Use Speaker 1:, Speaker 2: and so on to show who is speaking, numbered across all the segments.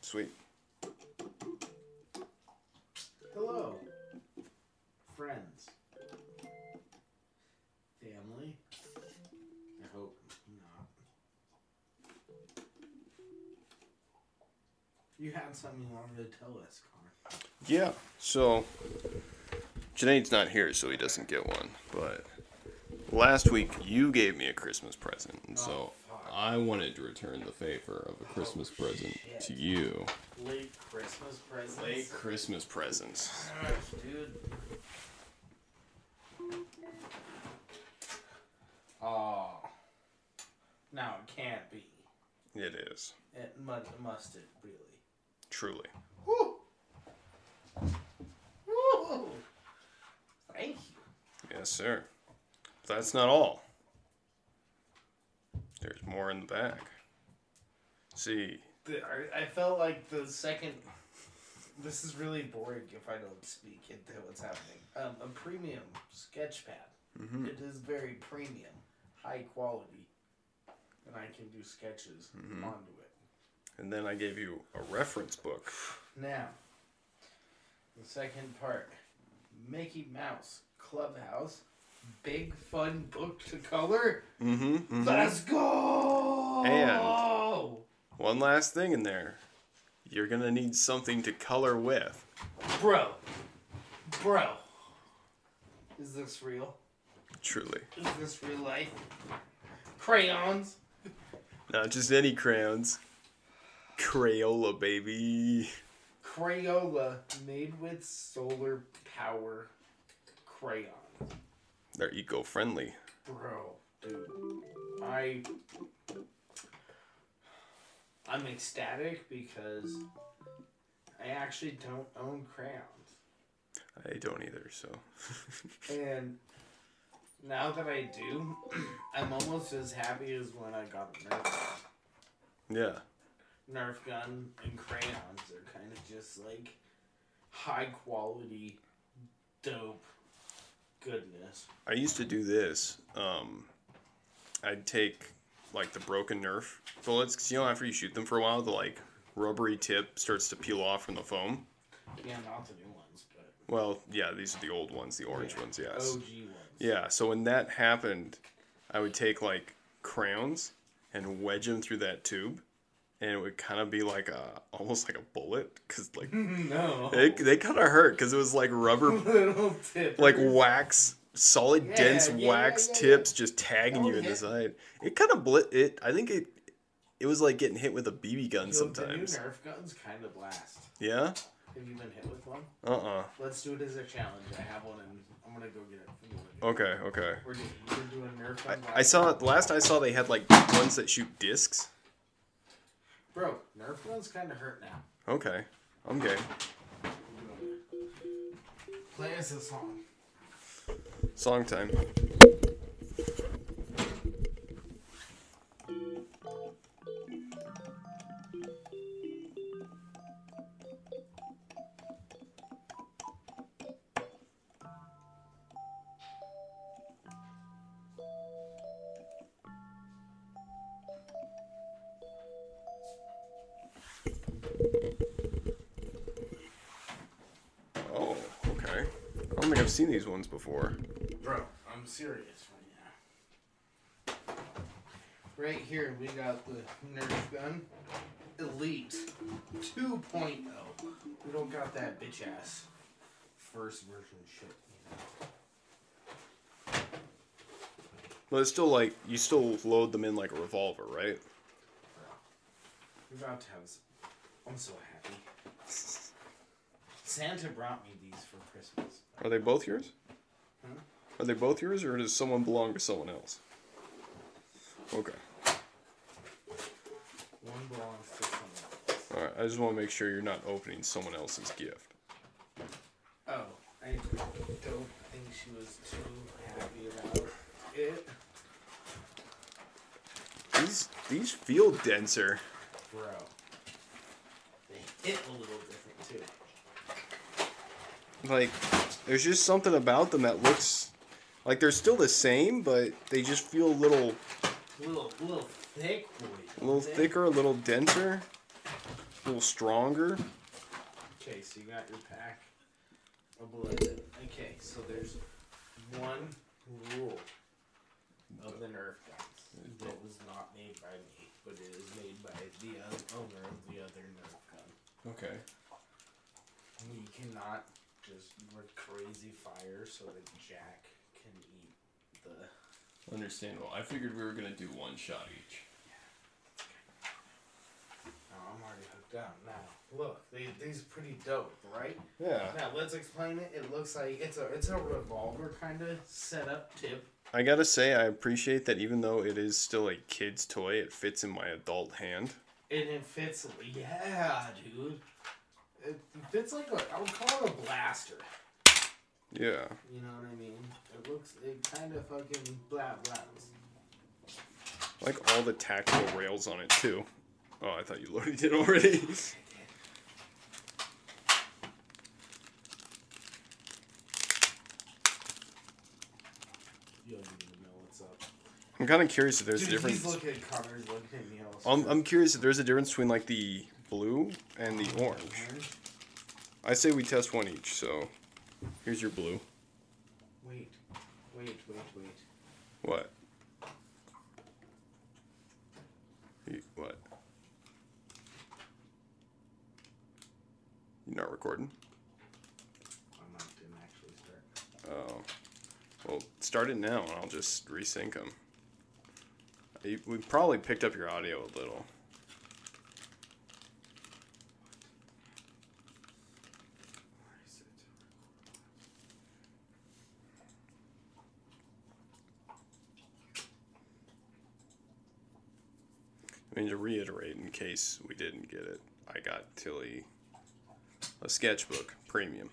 Speaker 1: Sweet.
Speaker 2: Hello, friends, family. I hope not. You had something you wanted to tell us, Connor.
Speaker 1: Yeah. So Janaid's not here, so he doesn't get one. But last week you gave me a Christmas present, and so I wanted to return the favor of a Christmas present
Speaker 2: shit.
Speaker 1: to you.
Speaker 2: Late Christmas presents.
Speaker 1: Late Christmas presents.
Speaker 2: Gosh, dude. Oh. No, it can't be.
Speaker 1: It is
Speaker 2: It must, must it really?
Speaker 1: truly.
Speaker 2: Woo! Woo! Thank you.
Speaker 1: Yes, sir. But that's not all. There's more in the bag. See,
Speaker 2: The- I, I felt like the second. This is really boring if I don't speak into what's happening. Um, a premium sketchpad. It is very premium, high quality, and I can do sketches onto it.
Speaker 1: and then I gave you a reference book.
Speaker 2: Now, the second part Mickey Mouse Clubhouse. Big fun book to color.
Speaker 1: Mm-hmm.
Speaker 2: Let's go!
Speaker 1: One last thing in there. You're gonna need something to color with.
Speaker 2: Bro. Bro. Is this real?
Speaker 1: Truly.
Speaker 2: Is this real life? Crayons.
Speaker 1: Not just any crayons. Crayola, baby.
Speaker 2: Crayola made with solar power crayons.
Speaker 1: They're eco friendly.
Speaker 2: Bro, dude. I I'm ecstatic because I actually don't own crayons.
Speaker 1: I don't either, so.
Speaker 2: And now that I do, I'm almost as happy as when I got a Nerf gun.
Speaker 1: yeah.
Speaker 2: Nerf gun and crayons are kind of just like high quality, dope goodness.
Speaker 1: I used to do this. Um, I'd take like the broken Nerf bullets, because you know, after you shoot them for a while, the like rubbery tip starts to peel off from the foam.
Speaker 2: Yeah, not the new ones, but
Speaker 1: Well, yeah, these are the old ones, the orange
Speaker 2: Yeah. Oh,
Speaker 1: ones, yes.
Speaker 2: OG ones.
Speaker 1: Yeah, so when that happened, I would take like crayons and wedge them through that tube, and it would kind of be like a almost like a bullet because like
Speaker 2: No.
Speaker 1: they, they kind of hurt because it was like rubber,
Speaker 2: little tip.
Speaker 1: like wax, solid
Speaker 2: Yeah,
Speaker 1: dense
Speaker 2: yeah,
Speaker 1: wax
Speaker 2: yeah, yeah.
Speaker 1: tips just tagging
Speaker 2: Oh,
Speaker 1: you in
Speaker 2: yeah.
Speaker 1: the side. It kind of blit it. I think it it was like getting hit with a BB gun sometimes.
Speaker 2: The new Nerf guns kind of blast.
Speaker 1: Yeah.
Speaker 2: Have you been hit with one?
Speaker 1: Uh uh
Speaker 2: Let's do it as a challenge. I have one, and I'm gonna go get it. From you.
Speaker 1: Okay. Okay.
Speaker 2: We're doing, we're doing Nerf
Speaker 1: Oh. I,
Speaker 2: gun.
Speaker 1: I
Speaker 2: blast.
Speaker 1: saw last I saw they had like ones that shoot discs.
Speaker 2: Bro, Nerf guns kind of hurt now.
Speaker 1: Okay. I'm game.
Speaker 2: Play us a song.
Speaker 1: Song time. Oh, okay. I don't think I've seen these ones before.
Speaker 2: Bro, I'm serious right now. Right here, we got the Nerf gun Elite 2.0. We don't got that bitch ass first version shit. You know?
Speaker 1: But it's still like you still load them in like a revolver, right?
Speaker 2: We're about to have. s- I'm so happy. Santa brought me these for Christmas.
Speaker 1: Are they both yours?
Speaker 2: Huh?
Speaker 1: Are they both yours, or does someone belong to someone else? Okay.
Speaker 2: One belongs to someone else.
Speaker 1: All right. I just want to make sure you're not opening someone else's gift.
Speaker 2: Oh, I don't think she was too happy about it.
Speaker 1: These these feel denser.
Speaker 2: Bro. They hit a little different too.
Speaker 1: Like there's just something about them that looks like they're still the same, but they just feel a little
Speaker 2: A little, little thick. boy,
Speaker 1: a little
Speaker 2: don't they?
Speaker 1: thicker, a little denser. little stronger.
Speaker 2: Okay, so you got your pack of blood. Okay, so there's one rule of the Nerf guns that was not made by me, but it is made by the oth- owner of the other Nerf gun.
Speaker 1: Okay.
Speaker 2: You cannot just work crazy fire so that Jack can eat the. oh,
Speaker 1: Understandable. I figured we were gonna do one shot each.
Speaker 2: Oh, I'm already hooked up now. Look, they, these pretty dope, right?
Speaker 1: Yeah.
Speaker 2: Now let's explain it. It looks like it's a it's a revolver kind of setup tip.
Speaker 1: I gotta say, I appreciate that even though it is still a kid's toy, it fits in my adult hand.
Speaker 2: And it fits, yeah, dude. It fits like a, I would call it a blaster.
Speaker 1: Yeah.
Speaker 2: You know what I mean? It looks, it kind of fucking blah blahs.
Speaker 1: I like all the tactile rails on it too. Oh, I thought you loaded it already.
Speaker 2: You don't even know what's up.
Speaker 1: I'm kind of curious if there's
Speaker 2: Dude,
Speaker 1: a difference.
Speaker 2: he's looking at Connor's looking at me. all
Speaker 1: I'm, I'm curious if there's a difference between like the blue and the orange.
Speaker 2: strange.
Speaker 1: I say we test one each. So, here's your blue.
Speaker 2: Wait, wait, wait, wait.
Speaker 1: What? You- What? You're not recording?
Speaker 2: I'm not didn't actually start.
Speaker 1: Oh. Well, start it now and I'll just resync them. We probably picked up your audio a little.
Speaker 2: Where is it?
Speaker 1: I mean, to reiterate, in case we didn't get it, I got Tilly a sketchbook premium.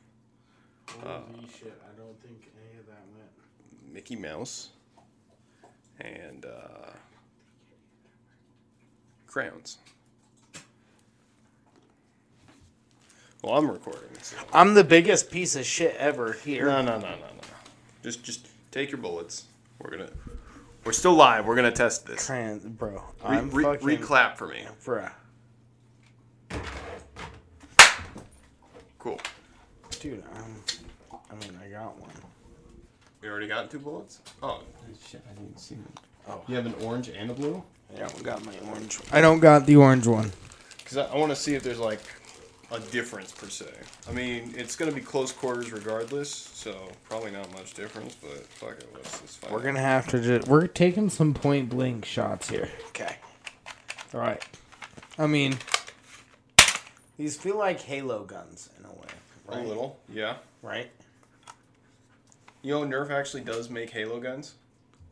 Speaker 2: Holy shit! I don't think any of that went.
Speaker 1: Mickey Mouse and uh, crayons. Well, I'm recording. So.
Speaker 2: I'm the biggest piece of shit ever here.
Speaker 1: No, no, no, no, no. Just, just take your bullets. We're gonna, we're still live. We're gonna test this. Re-
Speaker 2: Trans, bro. I'm
Speaker 1: re-
Speaker 2: fucking,
Speaker 1: reclap for me.
Speaker 2: bruh.
Speaker 1: Cool.
Speaker 2: Dude, I'm. I mean, I got one.
Speaker 1: We already got two bullets. Oh shit! I didn't see them.
Speaker 2: Oh.
Speaker 1: You have an orange and a blue.
Speaker 2: I don't got my orange. One. I don't got the orange one.
Speaker 1: Because I, I want to see if there's like a difference per se. I mean, it's going to be close quarters regardless, so probably not much difference. But fuck it, let's, let's find
Speaker 2: We're
Speaker 1: out.
Speaker 2: gonna have to just. We're taking some point blank shots here. Okay. All right. I mean, these feel like Halo guns in a way, right?
Speaker 1: a little, yeah.
Speaker 2: Right.
Speaker 1: You know, Nerf actually does make Halo guns.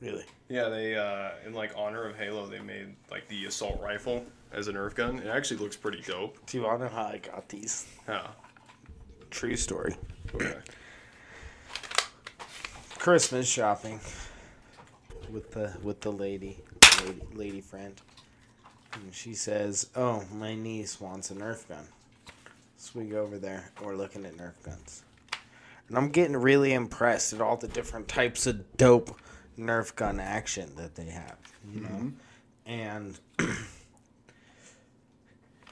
Speaker 2: Really.
Speaker 1: Yeah, they uh, in like honor of Halo, they made like the assault rifle as a Nerf gun. It actually looks pretty dope.
Speaker 2: Do you want to know how I got these?
Speaker 1: Yeah.
Speaker 2: True story.
Speaker 1: Okay.
Speaker 2: Christmas shopping with the with the lady, lady, lady friend. And she says, "Oh, my niece wants a Nerf gun." So we go over there. and We're looking at Nerf guns, and I'm getting really impressed at all the different types of dope Nerf gun action that they have. You know, and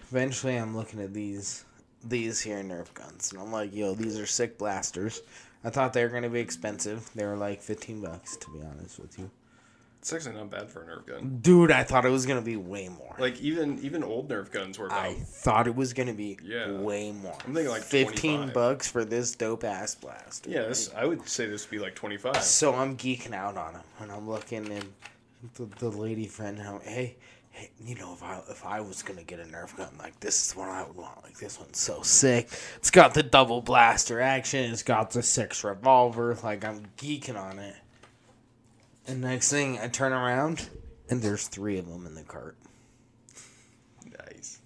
Speaker 2: eventually I'm looking at these these here Nerf guns, and I'm like, yo, these are sick blasters. I thought they were gonna be expensive. They were like fifteen bucks, to be honest with you.
Speaker 1: It's actually not bad for a Nerf gun.
Speaker 2: Dude, I thought it was gonna be way more.
Speaker 1: Like even even old Nerf guns were about.
Speaker 2: I thought it was gonna be
Speaker 1: Yeah.
Speaker 2: way more.
Speaker 1: I'm thinking like
Speaker 2: fifteen
Speaker 1: 25.
Speaker 2: bucks for this dope ass blaster.
Speaker 1: Yeah, this, I would say this would be like twenty five.
Speaker 2: So I'm geeking out on him, and I'm looking, and the, the lady friend, and I'm, hey, hey, you know, if I if I was gonna get a Nerf gun, like this is what I would want. Like this one's so sick. It's got the double blaster action. It's got the six revolver. Like I'm geeking on it. And next thing, I turn around, and there's three of them in the cart.
Speaker 1: Nice.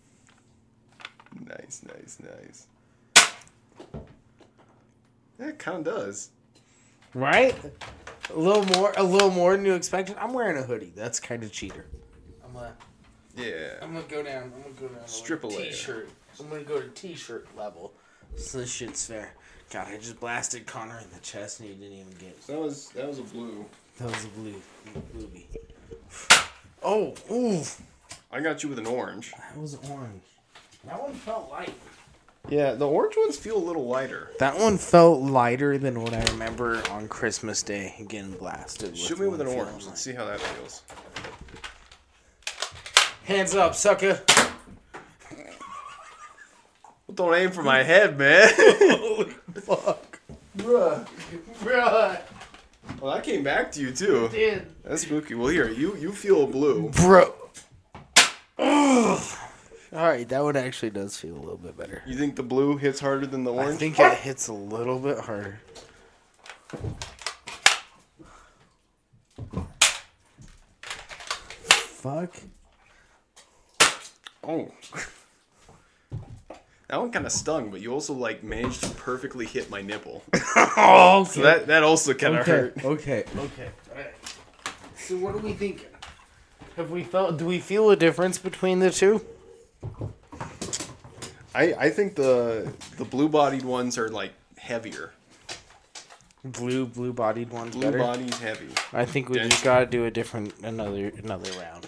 Speaker 1: Nice, nice, nice. That kind of does.
Speaker 2: Right? A little more, a little more than you expected. I'm wearing a hoodie. That's kind of cheater. I'm gonna,
Speaker 1: Yeah.
Speaker 2: I'm gonna go down. I'm gonna go down. to, like,
Speaker 1: Strip a layer.
Speaker 2: T-shirt. I'm gonna go to t-shirt level. So this shit's fair. God, I just blasted Connor in the chest and he didn't even get.
Speaker 1: That was that was a blue.
Speaker 2: That was a blue, bluebie. Oh, ooh,
Speaker 1: I got you with an orange.
Speaker 2: that was orange.
Speaker 3: That one felt light.
Speaker 1: Yeah, the orange ones feel a little lighter.
Speaker 2: That one felt lighter than what I remember on Christmas Day getting blasted. With
Speaker 1: Shoot me with
Speaker 2: one
Speaker 1: an
Speaker 2: feeling
Speaker 1: orange. Let's see how that feels.
Speaker 2: like- Hands up, sucker.
Speaker 1: Don't aim for my head, man.
Speaker 2: Fuck.
Speaker 3: Bruh. Bruh.
Speaker 1: well, that came back to you too.
Speaker 3: Dude.
Speaker 1: That's spooky. Well, here you you feel blue.
Speaker 2: Bro. Alright, that one actually does feel a little bit better.
Speaker 1: You think the blue hits harder than the
Speaker 2: I
Speaker 1: orange?
Speaker 2: think it hits a little bit harder. Fuck.
Speaker 1: Oh. That one kind of stung, but you also like managed to perfectly hit my nipple.
Speaker 2: Oh,
Speaker 1: So that that also kind of
Speaker 2: okay.
Speaker 1: hurt.
Speaker 2: Okay.
Speaker 3: Okay. Alright. So what do we think? Have we felt? Do we feel a
Speaker 2: Difference between the two?
Speaker 1: I I think the the blue bodied ones are like heavier.
Speaker 2: Blue, blue-bodied one's
Speaker 1: Blue
Speaker 2: better.
Speaker 1: body's heavy.
Speaker 2: I think we
Speaker 1: Dense.
Speaker 2: just gotta do a different, another, another round.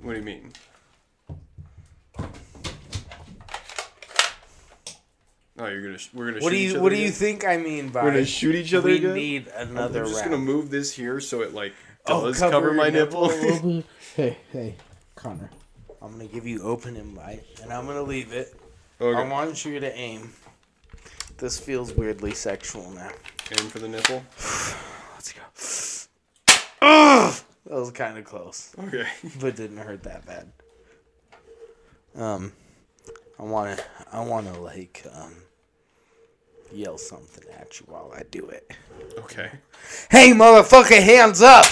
Speaker 1: What do you mean? Oh, you're gonna. Sh- we're gonna.
Speaker 2: What
Speaker 1: shoot
Speaker 2: do
Speaker 1: each
Speaker 2: you
Speaker 1: other
Speaker 2: What do you
Speaker 1: again?
Speaker 2: think I mean by
Speaker 1: We're gonna shoot each other
Speaker 2: we
Speaker 1: again.
Speaker 2: need another
Speaker 1: I'm just
Speaker 2: round?
Speaker 1: gonna move this here so it like
Speaker 2: Oh,
Speaker 1: does cover,
Speaker 2: your
Speaker 1: my nipple.
Speaker 2: a little bit. hey, hey, Connor, I'm gonna give you open invite, and I'm gonna leave it. I
Speaker 1: okay.
Speaker 2: want you to aim. This feels weirdly sexual now.
Speaker 1: Aim for the nipple.
Speaker 2: Let's go. Ugh! That was kind of close,
Speaker 1: Okay.
Speaker 2: but didn't hurt that bad. Um, I wanna, I wanna like um, yell something at you while I do it.
Speaker 1: Okay.
Speaker 2: Hey, motherfucker, hands up!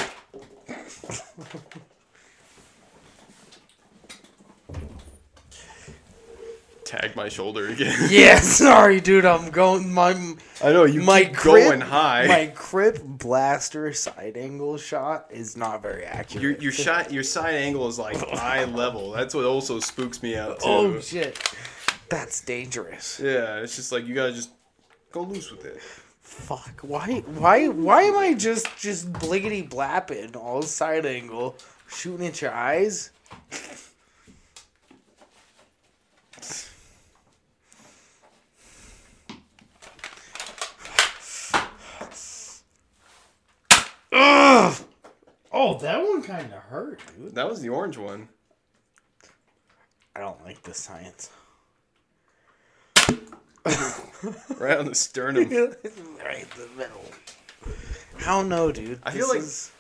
Speaker 1: Tag my shoulder again.
Speaker 2: Yeah, sorry, dude. I'm going. My
Speaker 1: I know you
Speaker 2: my
Speaker 1: keep
Speaker 2: grip,
Speaker 1: going high.
Speaker 2: My crip blaster side angle shot is not very accurate.
Speaker 1: your your shot your side angle is like eye level. That's what also spooks me out too.
Speaker 2: oh shit, that's dangerous.
Speaker 1: yeah, it's just like you gotta just go loose with it.
Speaker 2: Fuck. Why? Why? Why am I just just bliggity blapping all side angle, shooting at your eyes? Ugh.
Speaker 3: Oh, that one kind of hurt, dude.
Speaker 1: That was the orange one.
Speaker 2: I don't like the science.
Speaker 1: Right on the sternum.
Speaker 2: right in the middle. Hell no, dude.
Speaker 1: I feel
Speaker 2: This
Speaker 1: like-
Speaker 2: is-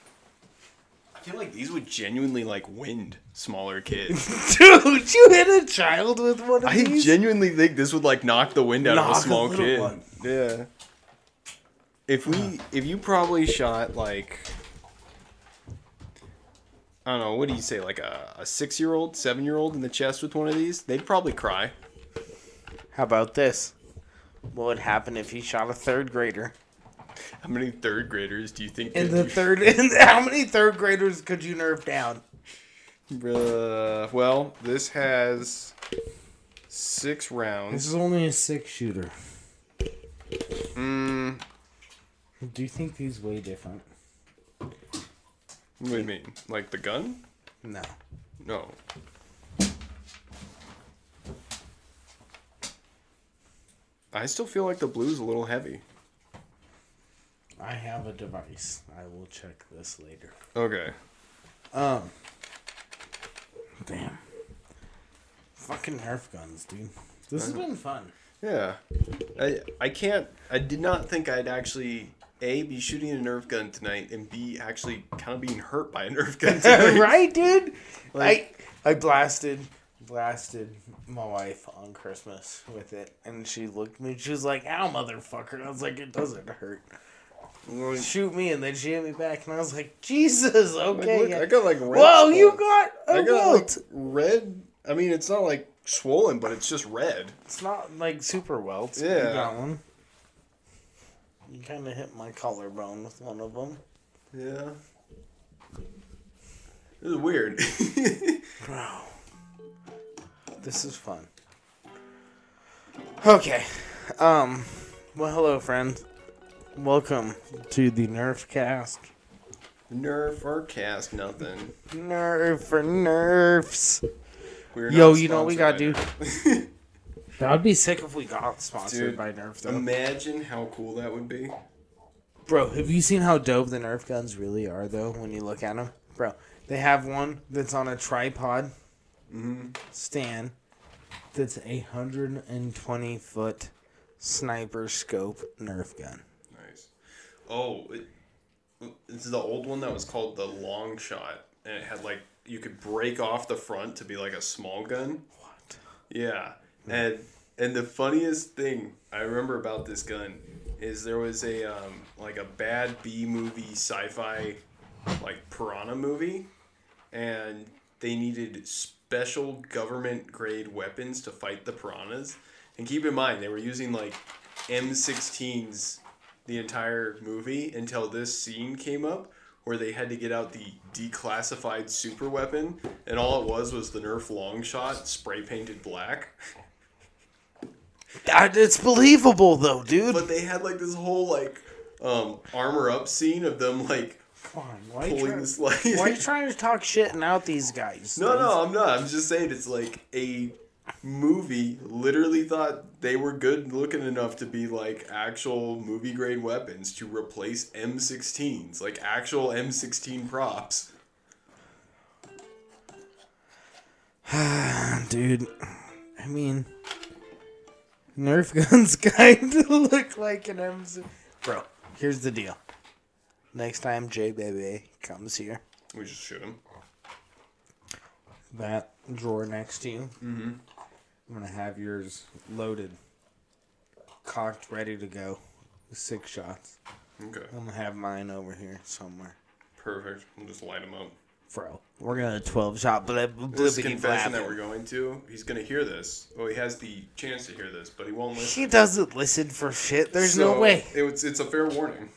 Speaker 1: I feel like these would genuinely like wind smaller kids.
Speaker 2: dude, you hit a child with one of
Speaker 1: I
Speaker 2: these.
Speaker 1: genuinely think this would like knock the wind out
Speaker 2: Knock
Speaker 1: of
Speaker 2: a
Speaker 1: a small
Speaker 2: little
Speaker 1: kid.
Speaker 2: one.
Speaker 1: Yeah. If we if you probably shot like I don't know, what do you say, like a, a six year old, seven year old in the chest with one of these, they'd probably cry.
Speaker 2: How about this? What would happen if he shot a third grader?
Speaker 1: How many third graders do you think
Speaker 2: In
Speaker 1: could
Speaker 2: the
Speaker 1: be-
Speaker 2: third, in the- how many third graders could you nerf down?
Speaker 1: Uh, well, this has six rounds.
Speaker 2: is only a six shooter. Hmm.
Speaker 1: Mm,
Speaker 2: Do you think these weigh different?
Speaker 1: what do you mean? Like the gun?
Speaker 2: No.
Speaker 1: No. I still feel like the blue's a little heavy.
Speaker 2: I have a device. I will check this later.
Speaker 1: Okay.
Speaker 2: Um. Damn. Fucking Nerf guns, dude. Uh-huh. This has been fun.
Speaker 1: Yeah. I I can't I did not think I'd actually A be shooting a Nerf gun tonight and B actually kind of being hurt by a Nerf gun tonight.
Speaker 2: right, dude?
Speaker 1: Like-
Speaker 2: I I blasted blasted my wife on Christmas with it, and she looked at me. She was like, "Ow, motherfucker!" And I was like, "It doesn't hurt." Shoot me, and then she hit me back, and I was like, "Jesus,
Speaker 1: Like,
Speaker 2: okay."
Speaker 1: look,
Speaker 2: yeah."
Speaker 1: I got like red
Speaker 2: Whoa, you
Speaker 1: spots.
Speaker 2: got
Speaker 1: I
Speaker 2: a
Speaker 1: got like
Speaker 2: welt.
Speaker 1: red. I mean, it's not like swollen, but it's just red.
Speaker 2: It's not like super welts. but
Speaker 1: Yeah.
Speaker 2: you got one. You kind of hit my collarbone with one of them.
Speaker 1: Yeah. This is weird.
Speaker 2: Bro. This is fun. Okay. Um well hello friends. Welcome to the Nerf cast.
Speaker 1: Nerf or cast nothing.
Speaker 2: Nerf for nerfs.
Speaker 1: We are
Speaker 2: Yo,
Speaker 1: not
Speaker 2: you know what we gotta
Speaker 1: sponsored by Nerf.
Speaker 2: That would be sick if we got sponsored
Speaker 1: Dude,
Speaker 2: by Nerf though.
Speaker 1: Imagine how cool that would be.
Speaker 2: Bro, have you seen how dope the Nerf guns really are, though, when you look at them? Bro, they have one that's on a tripod stand that's a 120 foot sniper scope Nerf gun.
Speaker 1: Nice. Oh, it, this is the old one that was called the long shot, and it had like you could break off the front to be like a small gun.
Speaker 2: What?
Speaker 1: Yeah, and and the funniest thing I remember about this gun is there was a um, like a bad B movie sci-fi like piranha movie, and they needed special government grade weapons to fight the piranhas. And keep in mind they were using like M16s the entire movie until this scene came up where they had to get out the declassified super weapon and all it was was the nerf long shot spray painted black
Speaker 2: That, it's believable, though, dude.
Speaker 1: but they had like this whole like um armor up scene of them like
Speaker 2: Come on, why are, you
Speaker 1: pulling
Speaker 2: trying,
Speaker 1: this like
Speaker 2: why you trying to talk shit and out these guys?
Speaker 1: no no i'm not i'm just saying it's like a movie literally thought they were good looking enough to be like actual movie grade weapons to replace m16s like actual m16 props
Speaker 2: Dude, I mean, Nerf guns kind of look like an M. Bro, here's the deal. Next time J Baby comes here,
Speaker 1: we just shoot him
Speaker 2: that drawer next to you, mm-hmm. I'm gonna have yours loaded, cocked, ready to go, six shots.
Speaker 1: okay
Speaker 2: I'm gonna have mine over here somewhere,
Speaker 1: Perfect. We'll just light him up.
Speaker 2: bro. We're gonna twelve shot, blib,
Speaker 1: This
Speaker 2: blibbity
Speaker 1: confession that
Speaker 2: blab.
Speaker 1: we're going to, he's going to hear this. Well, he has the chance to hear this, but he won't listen.
Speaker 2: She doesn't listen for shit. There's no
Speaker 1: So,
Speaker 2: way.
Speaker 1: It was, it's a fair warning.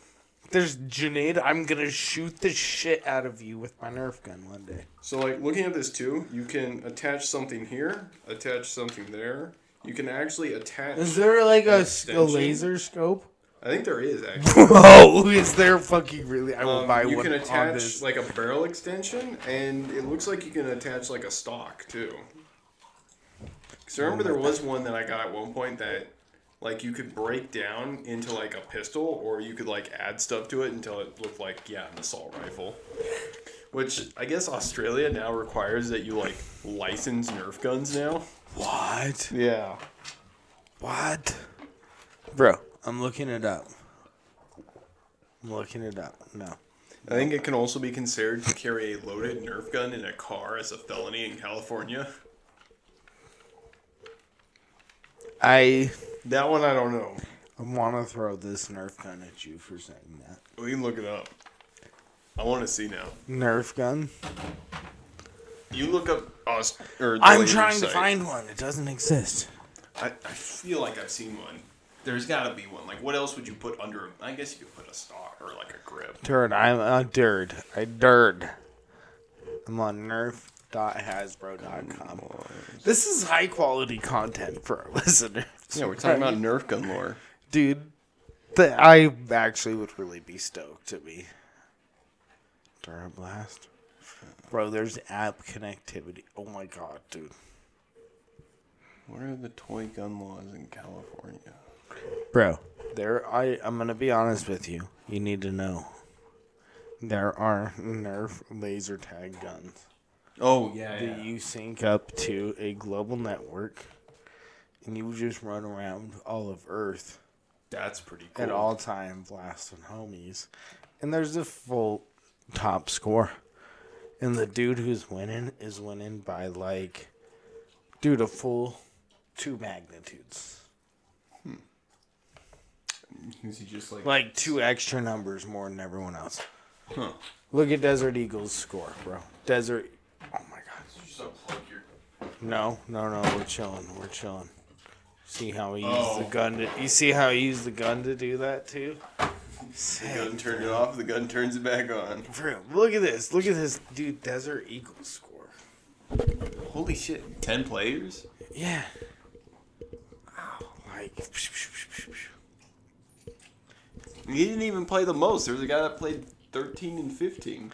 Speaker 2: There's Janaid. I'm gonna shoot the shit out of you with my Nerf gun one day.
Speaker 1: So, like, looking at this too, you can attach something here, attach something there. You can actually attach.
Speaker 2: Is there like a, s- a
Speaker 1: Extension?
Speaker 2: laser scope?
Speaker 1: I think there is actually.
Speaker 2: Oh, is there fucking really? I will buy
Speaker 1: Um, you
Speaker 2: one
Speaker 1: can
Speaker 2: on
Speaker 1: attach
Speaker 2: this.
Speaker 1: like a barrel extension, and it looks like you can attach like a stock too. Because remember, there was one that I got at one point that like you could break down into like a pistol, or you could like add stuff to it until it looked like yeah, an assault rifle. Which I guess Australia now requires that you like license Nerf guns now.
Speaker 2: What?
Speaker 1: Yeah.
Speaker 2: What? Bro, I'm looking it up. I'm looking it up. No.
Speaker 1: I think it can also be considered to carry a loaded Nerf gun in a car as a felony in California.
Speaker 2: I
Speaker 1: That one I don't know.
Speaker 2: want to throw this Nerf gun at you for saying that.
Speaker 1: We can look it up. I want to see now.
Speaker 2: Nerf gun?
Speaker 1: You look up us. Or the
Speaker 2: I'm
Speaker 1: laser
Speaker 2: trying to
Speaker 1: sight.
Speaker 2: find one. It doesn't exist.
Speaker 1: I, I feel like I've seen one. There's got to be one. Like, what else would you put under? a- I guess you could put a stock or like a grip.
Speaker 2: Turd, I'm a dird. I dird. I'm on nerf.hasbro.com. This is high quality content for our listeners.
Speaker 1: Nerf gun lore.
Speaker 2: Dude, th- I actually would really be stoked to be. Durablast. Bro, there's app connectivity. Oh my god, dude.
Speaker 1: What are the toy gun laws in California?
Speaker 2: Bro, there I I'm gonna be honest with you. You need to know. There are Nerf laser tag guns.
Speaker 1: Oh yeah,
Speaker 2: that you sync up to a global network and you just run around all of Earth
Speaker 1: That's pretty cool.
Speaker 2: at all time blasting homies. And there's a full top score. And the dude who's winning is winning by like dude a full two magnitudes.
Speaker 1: Is he just like?
Speaker 2: Like two extra numbers more than everyone else.
Speaker 1: Huh.
Speaker 2: Look at Desert Eagle's score, bro. Desert Oh my god.
Speaker 1: Just unplug your.
Speaker 2: No, no, no. We're chilling. We're chilling. See how he used
Speaker 1: Oh.
Speaker 2: the gun to. You see how he used the gun to do that too.
Speaker 1: The gun turned it off. The gun turns it back on.
Speaker 2: Bro, look at this. Look at this, dude. Desert Eagle score.
Speaker 1: Holy shit! Ten players.
Speaker 2: Yeah. Like. psh, psh, psh, psh, psh.
Speaker 1: He didn't even play the most. There was a guy that played thirteen and fifteen.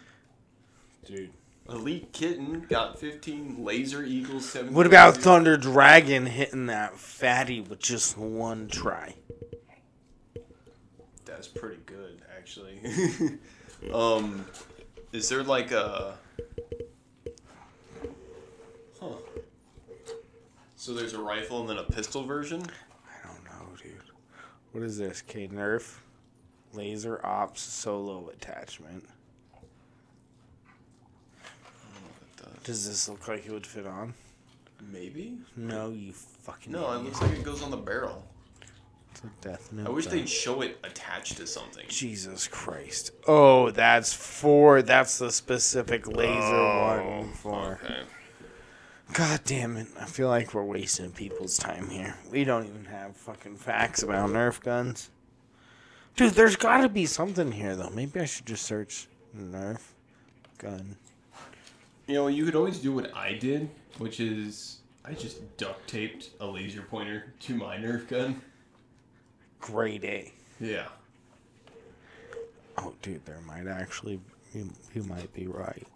Speaker 2: Dude,
Speaker 1: Elite Kitten got 15. Laser Eagle 7.
Speaker 2: What about Thunder Dragon hitting that fatty with just one try?
Speaker 1: That's pretty good, actually. um, is there like a. Huh. So there's a rifle and then a pistol version?
Speaker 2: I don't know, dude. What is this? K Nerf Laser Ops Solo Attachment.
Speaker 1: What the-
Speaker 2: Does this look like it would fit on?
Speaker 1: Maybe?
Speaker 2: No, you fucking.
Speaker 1: No, it
Speaker 2: idiot.
Speaker 1: looks like it goes on the barrel.
Speaker 2: It's a death note.
Speaker 1: I wish
Speaker 2: though.
Speaker 1: they'd show it attached to something.
Speaker 2: Jesus Christ. Oh, that's for. That's the specific laser
Speaker 1: Oh,
Speaker 2: one for.
Speaker 1: Okay.
Speaker 2: God damn it. I feel like we're wasting people's time here. We don't even have fucking facts about Nerf guns. Dude, there's gotta be something here, though. Maybe I should just search Nerf gun.
Speaker 1: You know, you could always do what I did, which is I just duct taped a laser pointer to my Nerf gun.
Speaker 2: Grade A.
Speaker 1: Yeah.
Speaker 2: Oh, dude, there might actually. You, you might be right.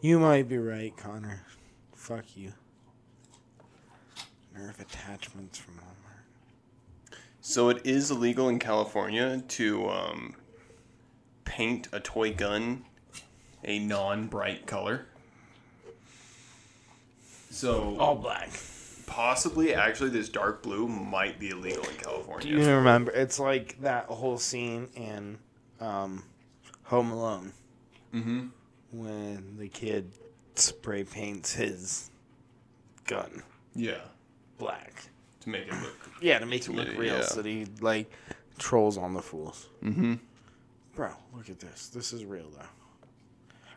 Speaker 2: You might be right, Connor. Fuck you. Nerf attachments from Walmart.
Speaker 1: So it is illegal in California to um, paint a toy gun a non-bright color. So
Speaker 2: black.
Speaker 1: possibly, actually, this dark blue might be illegal in California.
Speaker 2: You remember? It's like that whole scene in um, Home Alone
Speaker 1: Mm-hmm.
Speaker 2: when the kid spray paints his gun
Speaker 1: Yeah,
Speaker 2: black.
Speaker 1: to make it look
Speaker 2: Yeah, to make it look
Speaker 1: Yeah,
Speaker 2: real,
Speaker 1: yeah.
Speaker 2: so that he like trolls on the fools.
Speaker 1: mm-hmm.
Speaker 2: Bro, look at this. This is real though.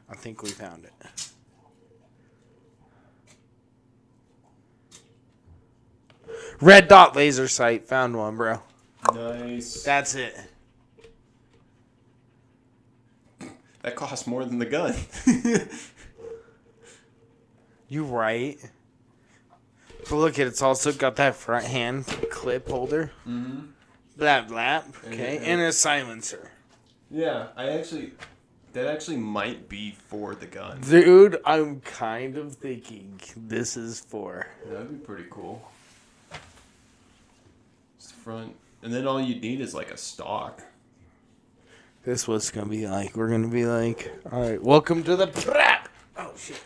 Speaker 2: I think we found it. Red dot laser sight. Found one, bro.
Speaker 1: nice. That,
Speaker 2: That's it.
Speaker 1: that costs more than the gun.
Speaker 2: You right. But look at it's also got that front hand clip holder.
Speaker 1: mm-hmm.
Speaker 2: Blap blap. Okay.
Speaker 1: Yeah.
Speaker 2: And a silencer.
Speaker 1: Yeah, I actually, that actually might be for the gun.
Speaker 2: Dude, I'm kind of thinking this is for
Speaker 1: That'd be pretty cool. Just the front, and then all you need is like a stock.
Speaker 2: this what's gonna be like. We're gonna be like, alright, welcome to the prep. Oh shit.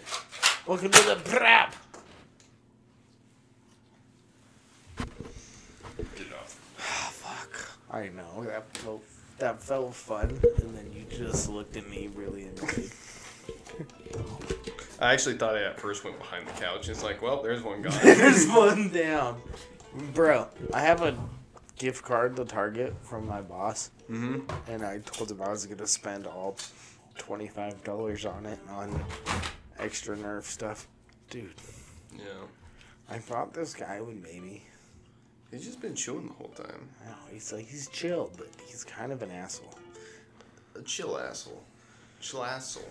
Speaker 2: Welcome to the prep.
Speaker 1: Get off.
Speaker 2: Oh, fuck. I know, that felt that felt fun. And then you just looked at me really annoyed.
Speaker 1: I actually thought I at first went behind the couch. It's like, well, there's one guy.
Speaker 2: There's one down. Bro, I have a gift card to Target from my boss,
Speaker 1: mm-hmm.
Speaker 2: and I told him I was going to spend all $25 on it on extra Nerf stuff. Dude,
Speaker 1: Yeah.
Speaker 2: I thought this guy would maybe.
Speaker 1: He's just been chewing the whole time.
Speaker 2: I don't know, he's like, he's chill, but he's kind of an asshole.
Speaker 1: A chill asshole. Chill asshole.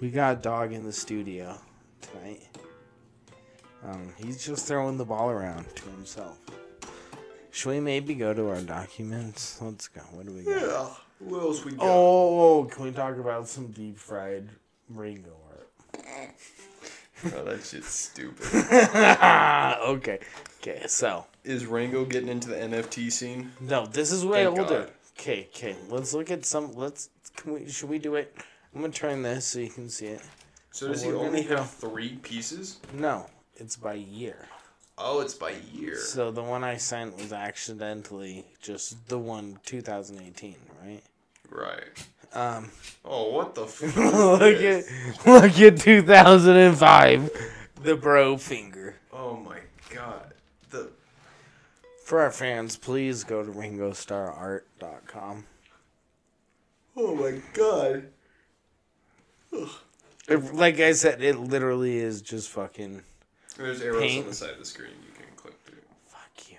Speaker 2: We got a dog in the studio tonight. Um, he's just throwing the ball around to himself. Should we maybe go to our documents? Let's go. What do we got?
Speaker 1: Yeah. What else we got?
Speaker 2: Oh, can we talk about some deep fried Ringo art?
Speaker 1: Bro, Oh, that shit's stupid.
Speaker 2: Ah, okay. Okay, so.
Speaker 1: is Rango getting into the NFT scene?
Speaker 2: No, this is way
Speaker 1: Thank
Speaker 2: older.
Speaker 1: God.
Speaker 2: Okay, okay. Let's look at some. Let's. Can we, should we do it? I'm going to turn this so you can see it.
Speaker 1: So does he
Speaker 2: We're gonna
Speaker 1: only
Speaker 2: go-
Speaker 1: have three pieces?
Speaker 2: No, it's by year.
Speaker 1: Oh, it's by year.
Speaker 2: So the one I sent was accidentally just the one 2018, right?
Speaker 1: Right.
Speaker 2: Um,
Speaker 1: Oh, what the fuck?
Speaker 2: look at look at 2005, the bro finger.
Speaker 1: Oh my god. The
Speaker 2: For our fans, please go to ringostarart.com.
Speaker 1: Oh my god.
Speaker 2: It, like I said, it literally is just fucking
Speaker 1: There's arrows
Speaker 2: Paint.
Speaker 1: on the side of the screen you can click through.
Speaker 2: fuck you.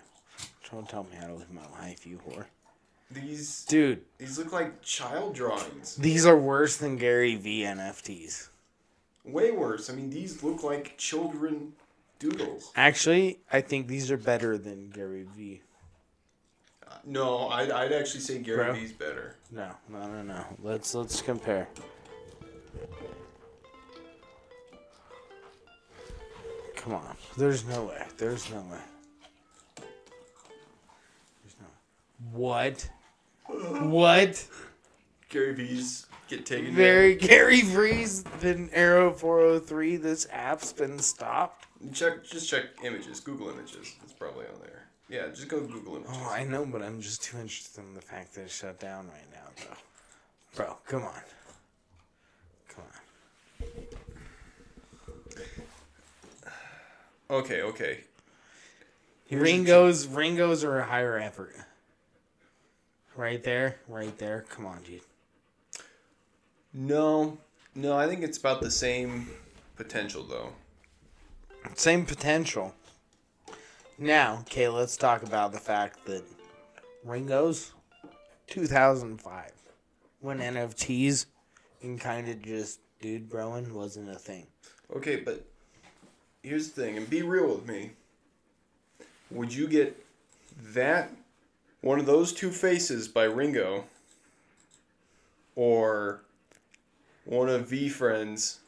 Speaker 2: Don't tell me how to live my life, you whore.
Speaker 1: These
Speaker 2: Dude,
Speaker 1: these look like child drawings.
Speaker 2: these are worse than Gary V NFTs.
Speaker 1: Way worse. I mean these look like children doodles.
Speaker 2: Actually, I think these are better than Gary V.
Speaker 1: Uh, No, I'd, I'd actually say Gary
Speaker 2: Bro.
Speaker 1: V's better.
Speaker 2: No, no, no, no. Let's let's compare. come on. There's no way. There's no way. There's no What? What?
Speaker 1: Gary V's get taken
Speaker 2: Very Gary Freeze, then Arrow 403. This app's been stopped.
Speaker 1: down. Check, just check images. Google images. It's probably on there. Yeah, just go Google images.
Speaker 2: Oh, I know, but I'm just too interested in the fact that it's shut down right now, though. Bro, come on. Come on.
Speaker 1: Okay, okay. Here's a
Speaker 2: Ringos, Ringos are a higher effort. Right there, right there. Come on, dude.
Speaker 1: No, no, I think it's about the same potential though.
Speaker 2: Same potential. Now, okay, let's talk about the fact that Ringo's 2005 when NFTs and kind of just dude broing wasn't a thing.
Speaker 1: Okay, but here's the thing, and be real with me. Would you get that one of those two faces by Ringo or one of V friends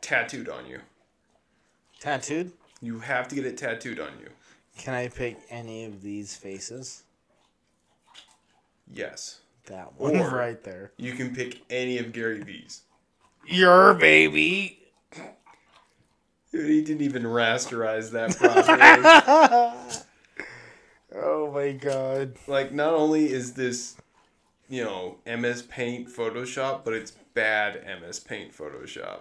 Speaker 1: tattooed on you?
Speaker 2: Tattooed?
Speaker 1: You have to get it tattooed on you.
Speaker 2: Can I pick any of these faces?
Speaker 1: Yes.
Speaker 2: That one
Speaker 1: Or-
Speaker 2: right there.
Speaker 1: You can pick any of Gary V's.
Speaker 2: Your baby.
Speaker 1: Dude, he didn't even rasterize that properly.
Speaker 2: Oh my god.
Speaker 1: like not only is this you know ms paint photoshop but it's bad ms paint photoshop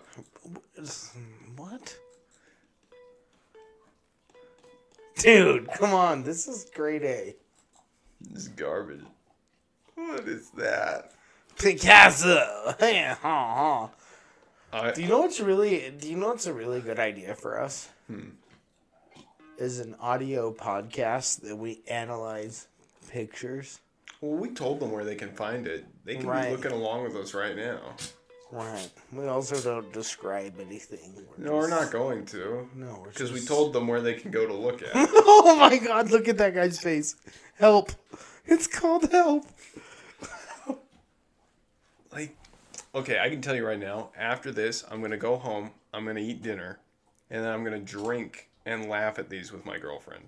Speaker 2: What? Dude, come on. This is grade A.
Speaker 1: this is garbage what is that
Speaker 2: Picasso. Yeah, huh, huh.
Speaker 1: I,
Speaker 2: do you know what's really do you know what's a really good idea for us?
Speaker 1: Hmm.
Speaker 2: Is an audio podcast that we analyze pictures.
Speaker 1: well we told them where they can find it they can
Speaker 2: Right.
Speaker 1: be looking along with us right now
Speaker 2: Right. We also don't describe anything.
Speaker 1: no we're not going to
Speaker 2: No, we're
Speaker 1: because we
Speaker 2: just-
Speaker 1: told them where they can go to look at
Speaker 2: oh my god, look at that guy's face. Help. It's called help.
Speaker 1: like okay i can tell you right now after this i'm gonna go home i'm gonna eat dinner and then i'm gonna drink and laugh at these with my girlfriend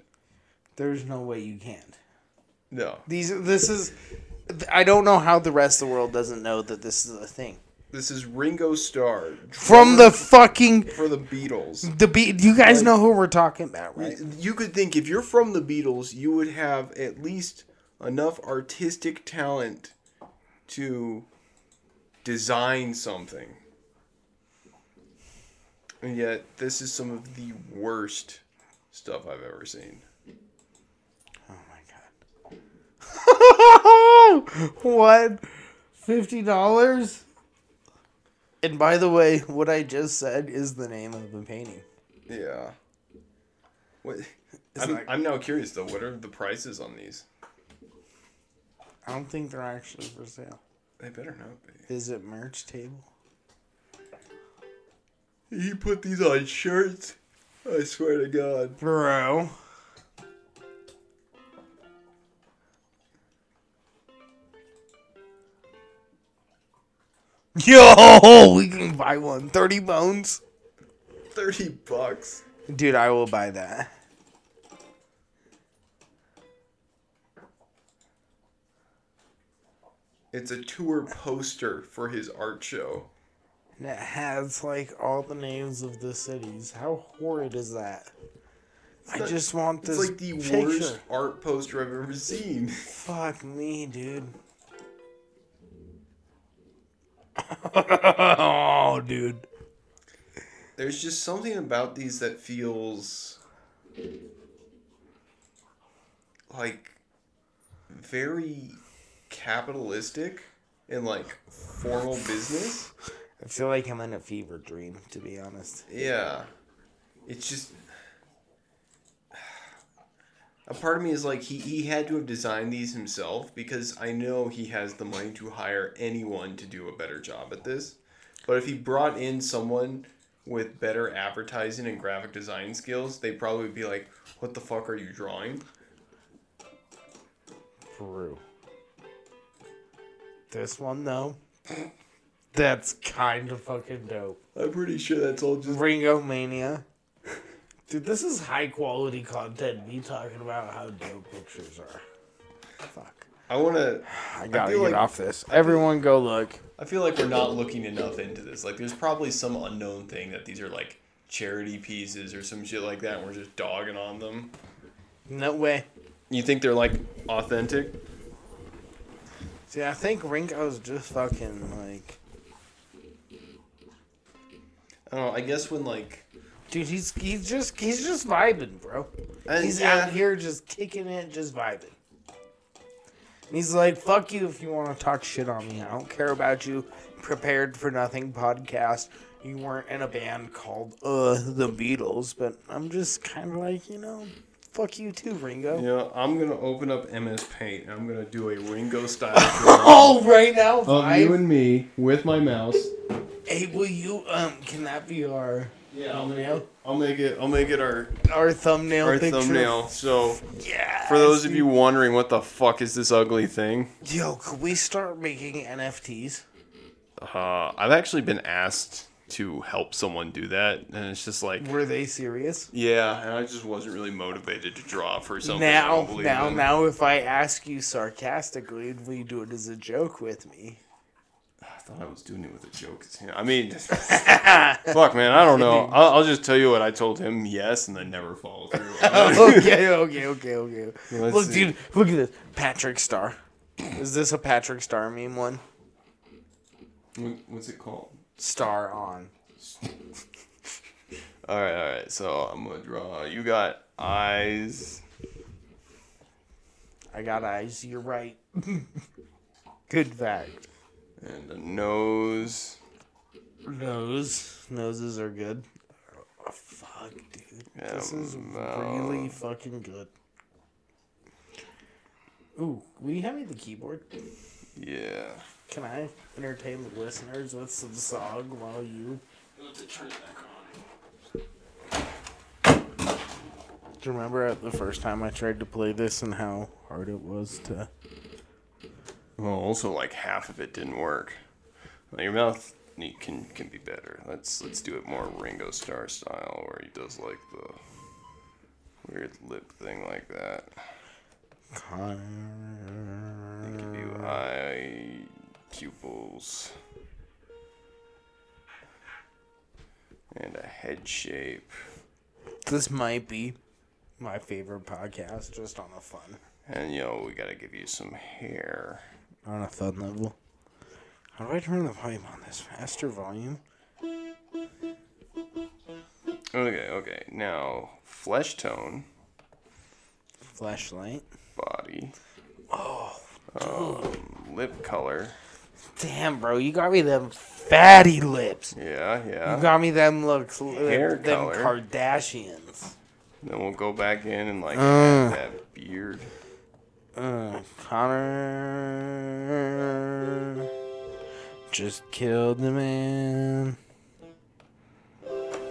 Speaker 2: There's no way you can't.
Speaker 1: no
Speaker 2: These this is I don't know how the rest of the world doesn't know that this is a thing.
Speaker 1: this is ringo starr
Speaker 2: From the fucking
Speaker 1: for the beatles
Speaker 2: the be you guys know who we're talking about, right?
Speaker 1: You could think if you're from the Beatles, you would have at least enough artistic talent to design something. And yet, this is some of the worst stuff I've ever seen.
Speaker 2: Oh my god. what? Fifty dollars? And by the way, what I just said is the name of the painting.
Speaker 1: Yeah. What? I'm,
Speaker 2: like-
Speaker 1: I'm now curious though. What are the prices on these?
Speaker 2: I don't think they're actually for sale.
Speaker 1: They better not be.
Speaker 2: Is it merch table?
Speaker 1: He put these on shirts. I swear to God.
Speaker 2: Bro. Yo, we can buy one. 30 bones.
Speaker 1: Thirty bucks.
Speaker 2: Dude, I will buy that.
Speaker 1: It's a tour poster for his art show.
Speaker 2: And it has like all the names of the cities. How horrid is that? I
Speaker 1: not-
Speaker 2: just want
Speaker 1: It's
Speaker 2: this
Speaker 1: like the
Speaker 2: picture.
Speaker 1: worst art poster I've ever seen.
Speaker 2: Fuck me, dude. oh, dude.
Speaker 1: There's just something about these that feels like very capitalistic and like formal business.
Speaker 2: I feel like I'm in a fever dream, to be honest.
Speaker 1: Yeah. It's just a part of me is like he, he had to have designed these himself because I know he has the money to hire anyone to do a better job at this. But if he brought in someone with better advertising and graphic design skills, they'd probably be like, What the fuck are you drawing?
Speaker 2: Peru. This one though, That's kind of fucking dope.
Speaker 1: I'm pretty sure that's all just.
Speaker 2: Ringo Mania. Dude, this is high quality content. Me talking about how dope pictures are. Fuck.
Speaker 1: I want to.
Speaker 2: I
Speaker 1: gotta
Speaker 2: gotta
Speaker 1: feel
Speaker 2: get
Speaker 1: get like- off
Speaker 2: off this. Everyone go look.
Speaker 1: I feel like we're not looking enough into this. Like, there's probably some unknown thing that these are like charity pieces or some shit like that. And we're just dogging on them.
Speaker 2: No way.
Speaker 1: You think they're like authentic?
Speaker 2: See, I think Ringo's just fucking like.
Speaker 1: I don't know. I guess when like
Speaker 2: Dude, he's he's just he's just vibing, bro.
Speaker 1: and
Speaker 2: He's
Speaker 1: yeah,
Speaker 2: out here just kicking it, just vibing. And he's like, fuck you if you want to talk shit on me. I don't care about you. Prepared for Nothing podcast. You weren't in a band called Uh the Beatles, but I'm just kind of like, you know, fuck you too, Ringo.
Speaker 1: You know, I'm gonna open up MS Paint and I'm gonna do a Ringo style drawing
Speaker 2: Oh, right now,
Speaker 1: of Um, you
Speaker 2: vibe.
Speaker 1: and me with my mouse.
Speaker 2: Hey, will you um? Can that be our
Speaker 1: Yeah, I'll make,
Speaker 2: thumbnail?
Speaker 1: I'll make it. I'll make it our
Speaker 2: Our thumbnail.
Speaker 1: our
Speaker 2: picture?
Speaker 1: thumbnail. So
Speaker 2: Yeah.
Speaker 1: for those of you wondering, what the fuck is this ugly thing?
Speaker 2: Yo, could we start making NFTs?
Speaker 1: Uh, I've actually been asked to help someone do that, and it's just like.
Speaker 2: Were they serious?
Speaker 1: Yeah, and I just wasn't really motivated to draw for something. I don't
Speaker 2: now,
Speaker 1: believe
Speaker 2: now,
Speaker 1: in.
Speaker 2: now, if I ask you sarcastically, will you do it as a joke with me?
Speaker 1: I thought I was doing it with a joke. I mean, fuck, man, I don't know. I'll, I'll just tell you what I told him. Yes, and then never follow through.
Speaker 2: okay, okay, okay, okay.
Speaker 1: Let's
Speaker 2: look,
Speaker 1: see.
Speaker 2: dude, look at this. Patrick Star. Is this a Patrick Star meme one?
Speaker 1: What- What's it called?
Speaker 2: Star on.
Speaker 1: All right, all right. So I'm gonna draw. You got eyes.
Speaker 2: I got eyes. You're right. Good fact.
Speaker 1: And a nose
Speaker 2: Nose. Noses are good. Oh, fuck, dude.
Speaker 1: Yeah,
Speaker 2: this is
Speaker 1: Um, mouth.
Speaker 2: really fucking good. Ooh, will you hand me the keyboard?
Speaker 1: yeah.
Speaker 2: Can I entertain the listeners with some song while you? Do you remember at the first time I tried to play this and how hard it was to?
Speaker 1: Well, also like half of it didn't work. Well, your mouth ne- can can be better. Let's let's do it more Ringo Starr style, where he does like the weird lip thing like that. You can do eye pupils and a head shape.
Speaker 2: This might be my favorite podcast, just on a fun,
Speaker 1: And you know we gotta give you some hair.
Speaker 2: on a fun level. How do I turn the volume on this? Faster volume.
Speaker 1: Okay, okay. Now flesh tone,
Speaker 2: Flashlight.
Speaker 1: body. Oh, lip color.
Speaker 2: Damn, bro, you got me them fatty lips.
Speaker 1: Yeah,
Speaker 2: You
Speaker 1: yeah.
Speaker 2: got me them looks. uh,
Speaker 1: Hair
Speaker 2: them
Speaker 1: color.
Speaker 2: Kardashians.
Speaker 1: Then we'll go back in and like
Speaker 2: Uh.
Speaker 1: add that beard.
Speaker 2: Uh, Connor just killed the man.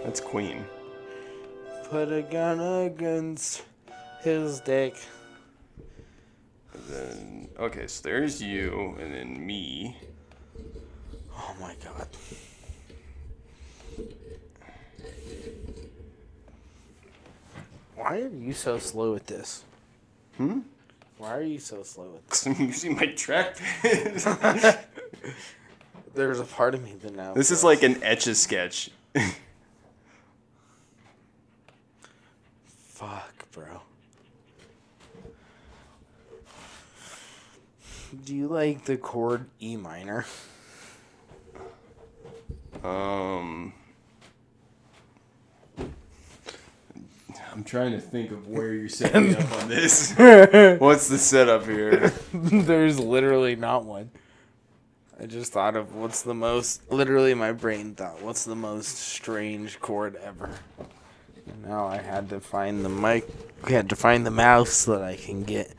Speaker 1: That's Queen.
Speaker 2: Put a gun against his dick.
Speaker 1: Then okay, so there's you, and then me.
Speaker 2: Oh my god. Why are you so slow at this?
Speaker 1: Hmm.
Speaker 2: Why are you so slow at
Speaker 1: I'm using my trackpad.
Speaker 2: this? There's a part of me that now.
Speaker 1: this is
Speaker 2: feels-
Speaker 1: like an etch a sketch.
Speaker 2: Fuck, bro. Do you like the chord E minor?
Speaker 1: Um. I'm trying to think of where you're setting up on this. What's the setup here?
Speaker 2: There's literally not one. I just thought of what's the most. Literally, my brain thought, what's the most strange chord ever? And now I had to find the mic. We had to find the mouse that I can get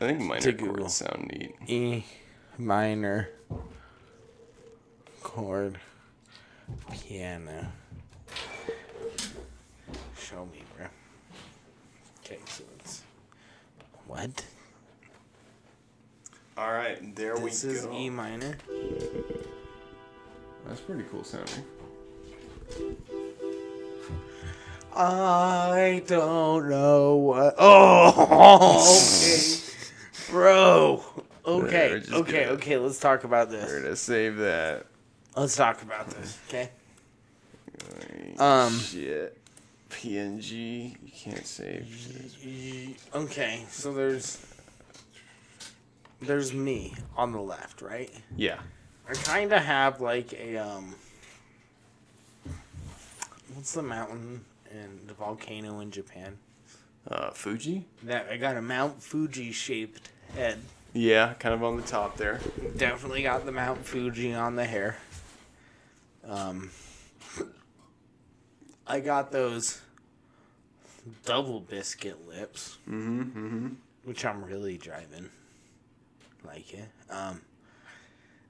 Speaker 1: I think minor
Speaker 2: To
Speaker 1: chords
Speaker 2: Google.
Speaker 1: sound neat.
Speaker 2: E minor chord piano. Show me, bro. Okay, so it's what?
Speaker 1: All right, there
Speaker 2: This
Speaker 1: we
Speaker 2: is
Speaker 1: go.
Speaker 2: E minor.
Speaker 1: That's pretty cool sounding.
Speaker 2: I don't know what. Oh, okay, bro.
Speaker 1: We're
Speaker 2: Okay,
Speaker 1: just
Speaker 2: okay,
Speaker 1: gonna-
Speaker 2: okay. Let's talk about this.
Speaker 1: We're gonna save that.
Speaker 2: Let's talk about this. Okay.
Speaker 1: Alright,
Speaker 2: Um.
Speaker 1: Shit. PNG. You can't save. shit.
Speaker 2: Okay, so there's there's me on the left, right?
Speaker 1: Yeah.
Speaker 2: I kind of have like a um, what's the mountain and the volcano in Japan?
Speaker 1: Uh, Fuji.
Speaker 2: That I got a Mount Fuji shaped head.
Speaker 1: Yeah, kind of on the top there.
Speaker 2: Definitely got the Mount Fuji on the hair. Um, I got those double biscuit lips,
Speaker 1: Mm-hmm. Mm-hmm.
Speaker 2: which I'm really driving. Like it. Um,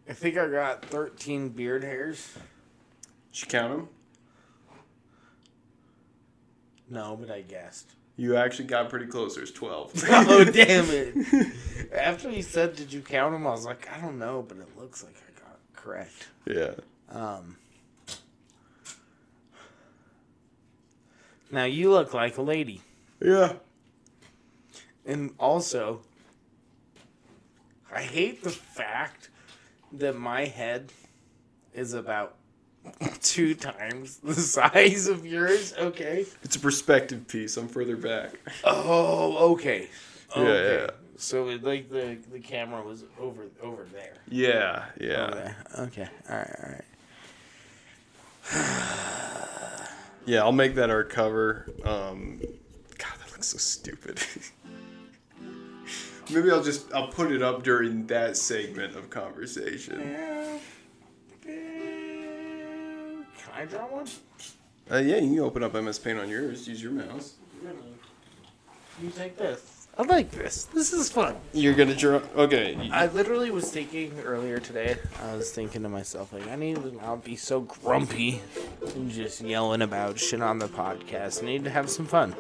Speaker 2: I think I got 13 beard hairs.
Speaker 1: Did you count them?
Speaker 2: No, but I guessed.
Speaker 1: You actually got pretty close. There's twelve.
Speaker 2: oh, damn it. After he said, Did you count them? I was like, I don't know, but it looks like I got it correct.
Speaker 1: yeah.
Speaker 2: Um, now you look like a lady,
Speaker 1: Yeah.
Speaker 2: and also, I hate the fact that my head is about two times the size of yours. Okay.
Speaker 1: It's a perspective piece. I'm further back.
Speaker 2: Oh, okay.
Speaker 1: Yeah,
Speaker 2: okay.
Speaker 1: yeah.
Speaker 2: So it, like the the camera was over over there.
Speaker 1: Yeah. Oh, Yeah.
Speaker 2: Okay. Okay. All right. All right.
Speaker 1: Yeah. I'll make that our cover. Um, God, that looks so stupid. Maybe I'll just I'll put it up during that segment of conversation.
Speaker 2: Can I draw one?
Speaker 1: Uh, yeah, you can open up MS Paint on yours. Use your mouse.
Speaker 2: You take this. I like this. This is fun.
Speaker 1: You're gonna draw. Okay. y-
Speaker 2: I literally was thinking earlier today. I was thinking to myself, like, I need to not be so grumpy and just yelling about shit on the podcast. I need to have some fun.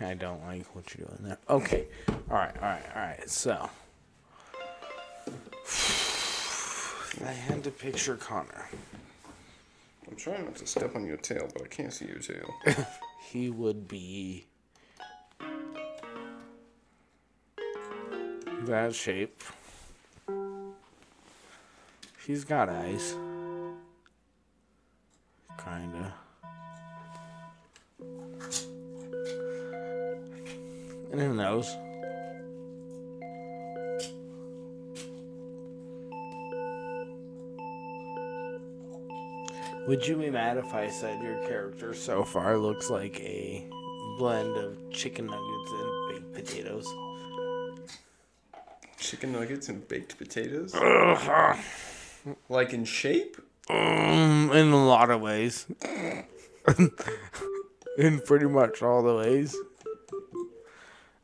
Speaker 2: I don't like what you're doing there. Okay. All right. All right. All right. So. I had to picture Connor.
Speaker 1: I'm trying not to step on your tail, but I can't see your tail.
Speaker 2: he would be that shape. He's got eyes. Kinda. And a nose. Would you be mad if I said your character so far looks like a blend of chicken nuggets and baked potatoes?
Speaker 1: Chicken nuggets and baked potatoes. like in shape?
Speaker 2: Um, in a lot of ways. in pretty much all the ways.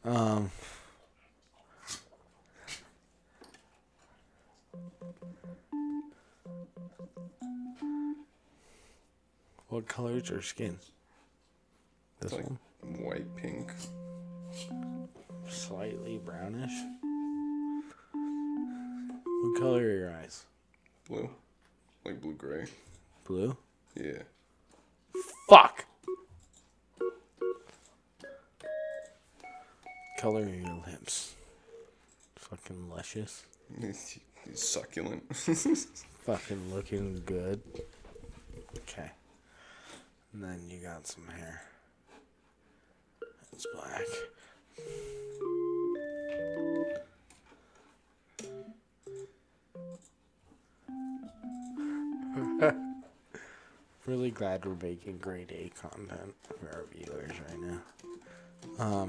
Speaker 2: Um. What color is your skin? This
Speaker 1: Like
Speaker 2: one?
Speaker 1: white, pink.
Speaker 2: Slightly brownish. What color are your eyes?
Speaker 1: Blue. Like blue gray.
Speaker 2: Blue?
Speaker 1: Yeah.
Speaker 2: Fuck. Color of your lips. Fucking luscious.
Speaker 1: He's succulent.
Speaker 2: Fucking looking good. Okay. And then you got some hair. It's black. really glad we're making grade A content for our viewers right now.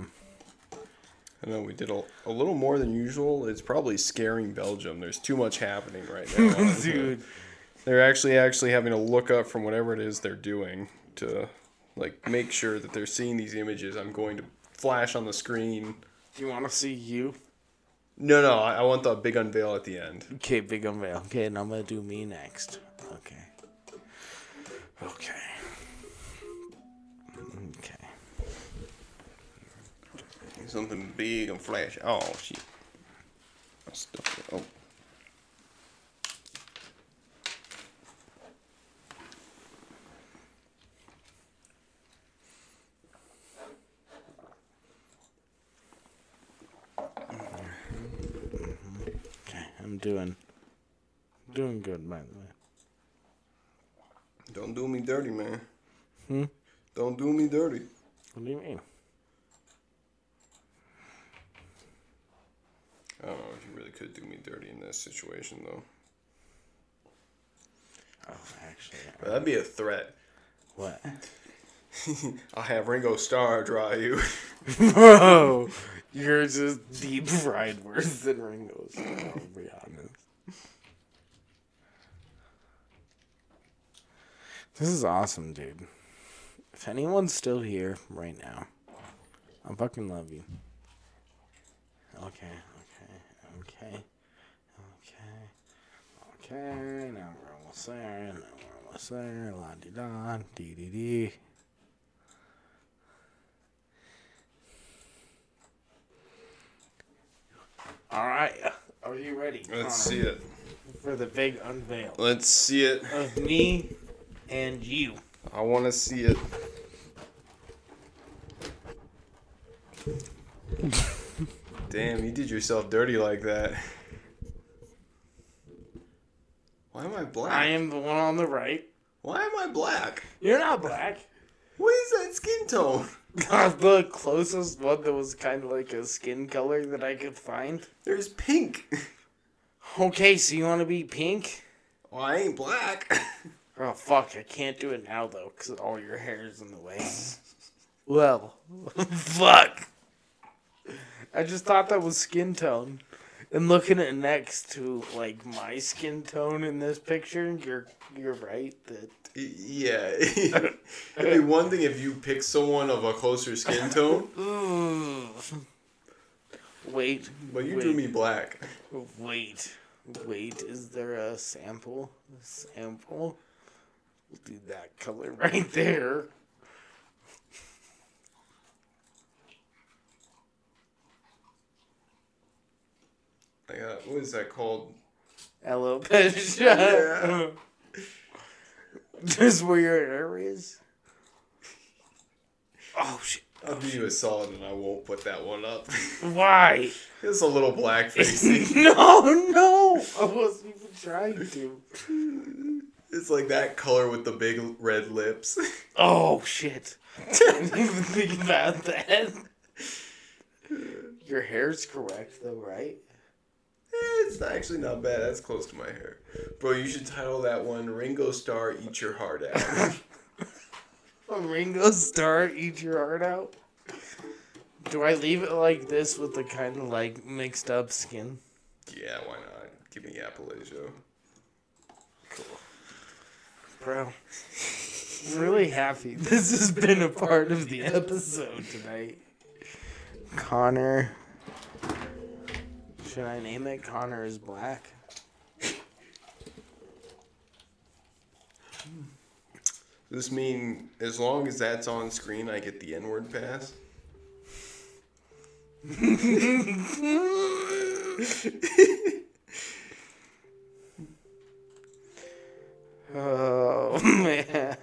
Speaker 1: I know we did a, a little more than usual. It's probably scaring Belgium. There's too much happening right now.
Speaker 2: Dude.
Speaker 1: They're actually actually having to look up from whatever it is they're doing to like make sure that they're seeing these images. I'm going to flash on the screen.
Speaker 2: Do you want to see you?
Speaker 1: No, no, I, I want the big unveil at the end.
Speaker 2: Okay, big unveil. Okay, and I'm gonna do me next. Okay. Okay. Okay.
Speaker 1: Something big and flash. Oh shit. stuff. Oh.
Speaker 2: Okay, I'm doing doing good by the way.
Speaker 1: Don't do me dirty, man. Hmm? Don't do me dirty.
Speaker 2: What do you mean?
Speaker 1: I don't know if you really could do me dirty in this situation, though.
Speaker 2: Oh, actually,
Speaker 1: But that'd be a threat.
Speaker 2: what?
Speaker 1: I'll have Ringo Starr draw you.
Speaker 2: Bro, you're just deep fried worse than Ringo's. I'll be honest. This is awesome, dude. If anyone's still here right now, I fucking love you. Okay, okay, okay, okay, okay. Now we're almost there. Now we're almost there. La di da, dee dee dee. All right, are you ready? Connor,
Speaker 1: Let's see it.
Speaker 2: for the big unveil
Speaker 1: Let's see it.
Speaker 2: of me and you.
Speaker 1: I want to see it. Damn, you did yourself dirty like that. Why am I black?
Speaker 2: I am the one on the right.
Speaker 1: Why am I black?
Speaker 2: You're not black.
Speaker 1: What is that skin tone?
Speaker 2: God, the closest one that was kind of like a skin color that I could find.
Speaker 1: There's pink.
Speaker 2: Okay, so you want to be pink?
Speaker 1: Well, I ain't black.
Speaker 2: Oh fuck, I can't do it now though, cause all your hair is in the way. well, fuck. I just thought that was skin tone, and looking at next to like my skin tone in this picture, you're you're right that
Speaker 1: yeah. It'd be one thing if you pick someone of a closer skin tone,
Speaker 2: Ooh. Wait.
Speaker 1: but you
Speaker 2: wait,
Speaker 1: drew me black.
Speaker 2: Wait. Wait, is there a sample? A sample? We'll do that color right there.
Speaker 1: I got, uh, what is that called?
Speaker 2: Hello, Pesha. Just where your hair is? Oh, shit.
Speaker 1: I'll do you a solid and I won't put that one up.
Speaker 2: Why?
Speaker 1: It's a little black facing.
Speaker 2: no, no! I wasn't even trying to.
Speaker 1: It's like that color with the big red lips. Eh,
Speaker 2: Oh shit! I didn't even think about that. Your hair's correct though, right?
Speaker 1: it's actually not bad. That's close to my hair. Bro, you should title that one Ringo Starr Eat Your Heart Out.
Speaker 2: A Ringo Starr, eat your heart out. Do I leave it like this with the kind of like mixed up skin?
Speaker 1: yeah, why not? Give me Appalachia.
Speaker 2: Bro, I'm really happy. This has been a part of the episode tonight. Connor. Should I name it Connor is Black?
Speaker 1: Does this mean as long as that's on screen, I get the N word pass?
Speaker 2: Oh man.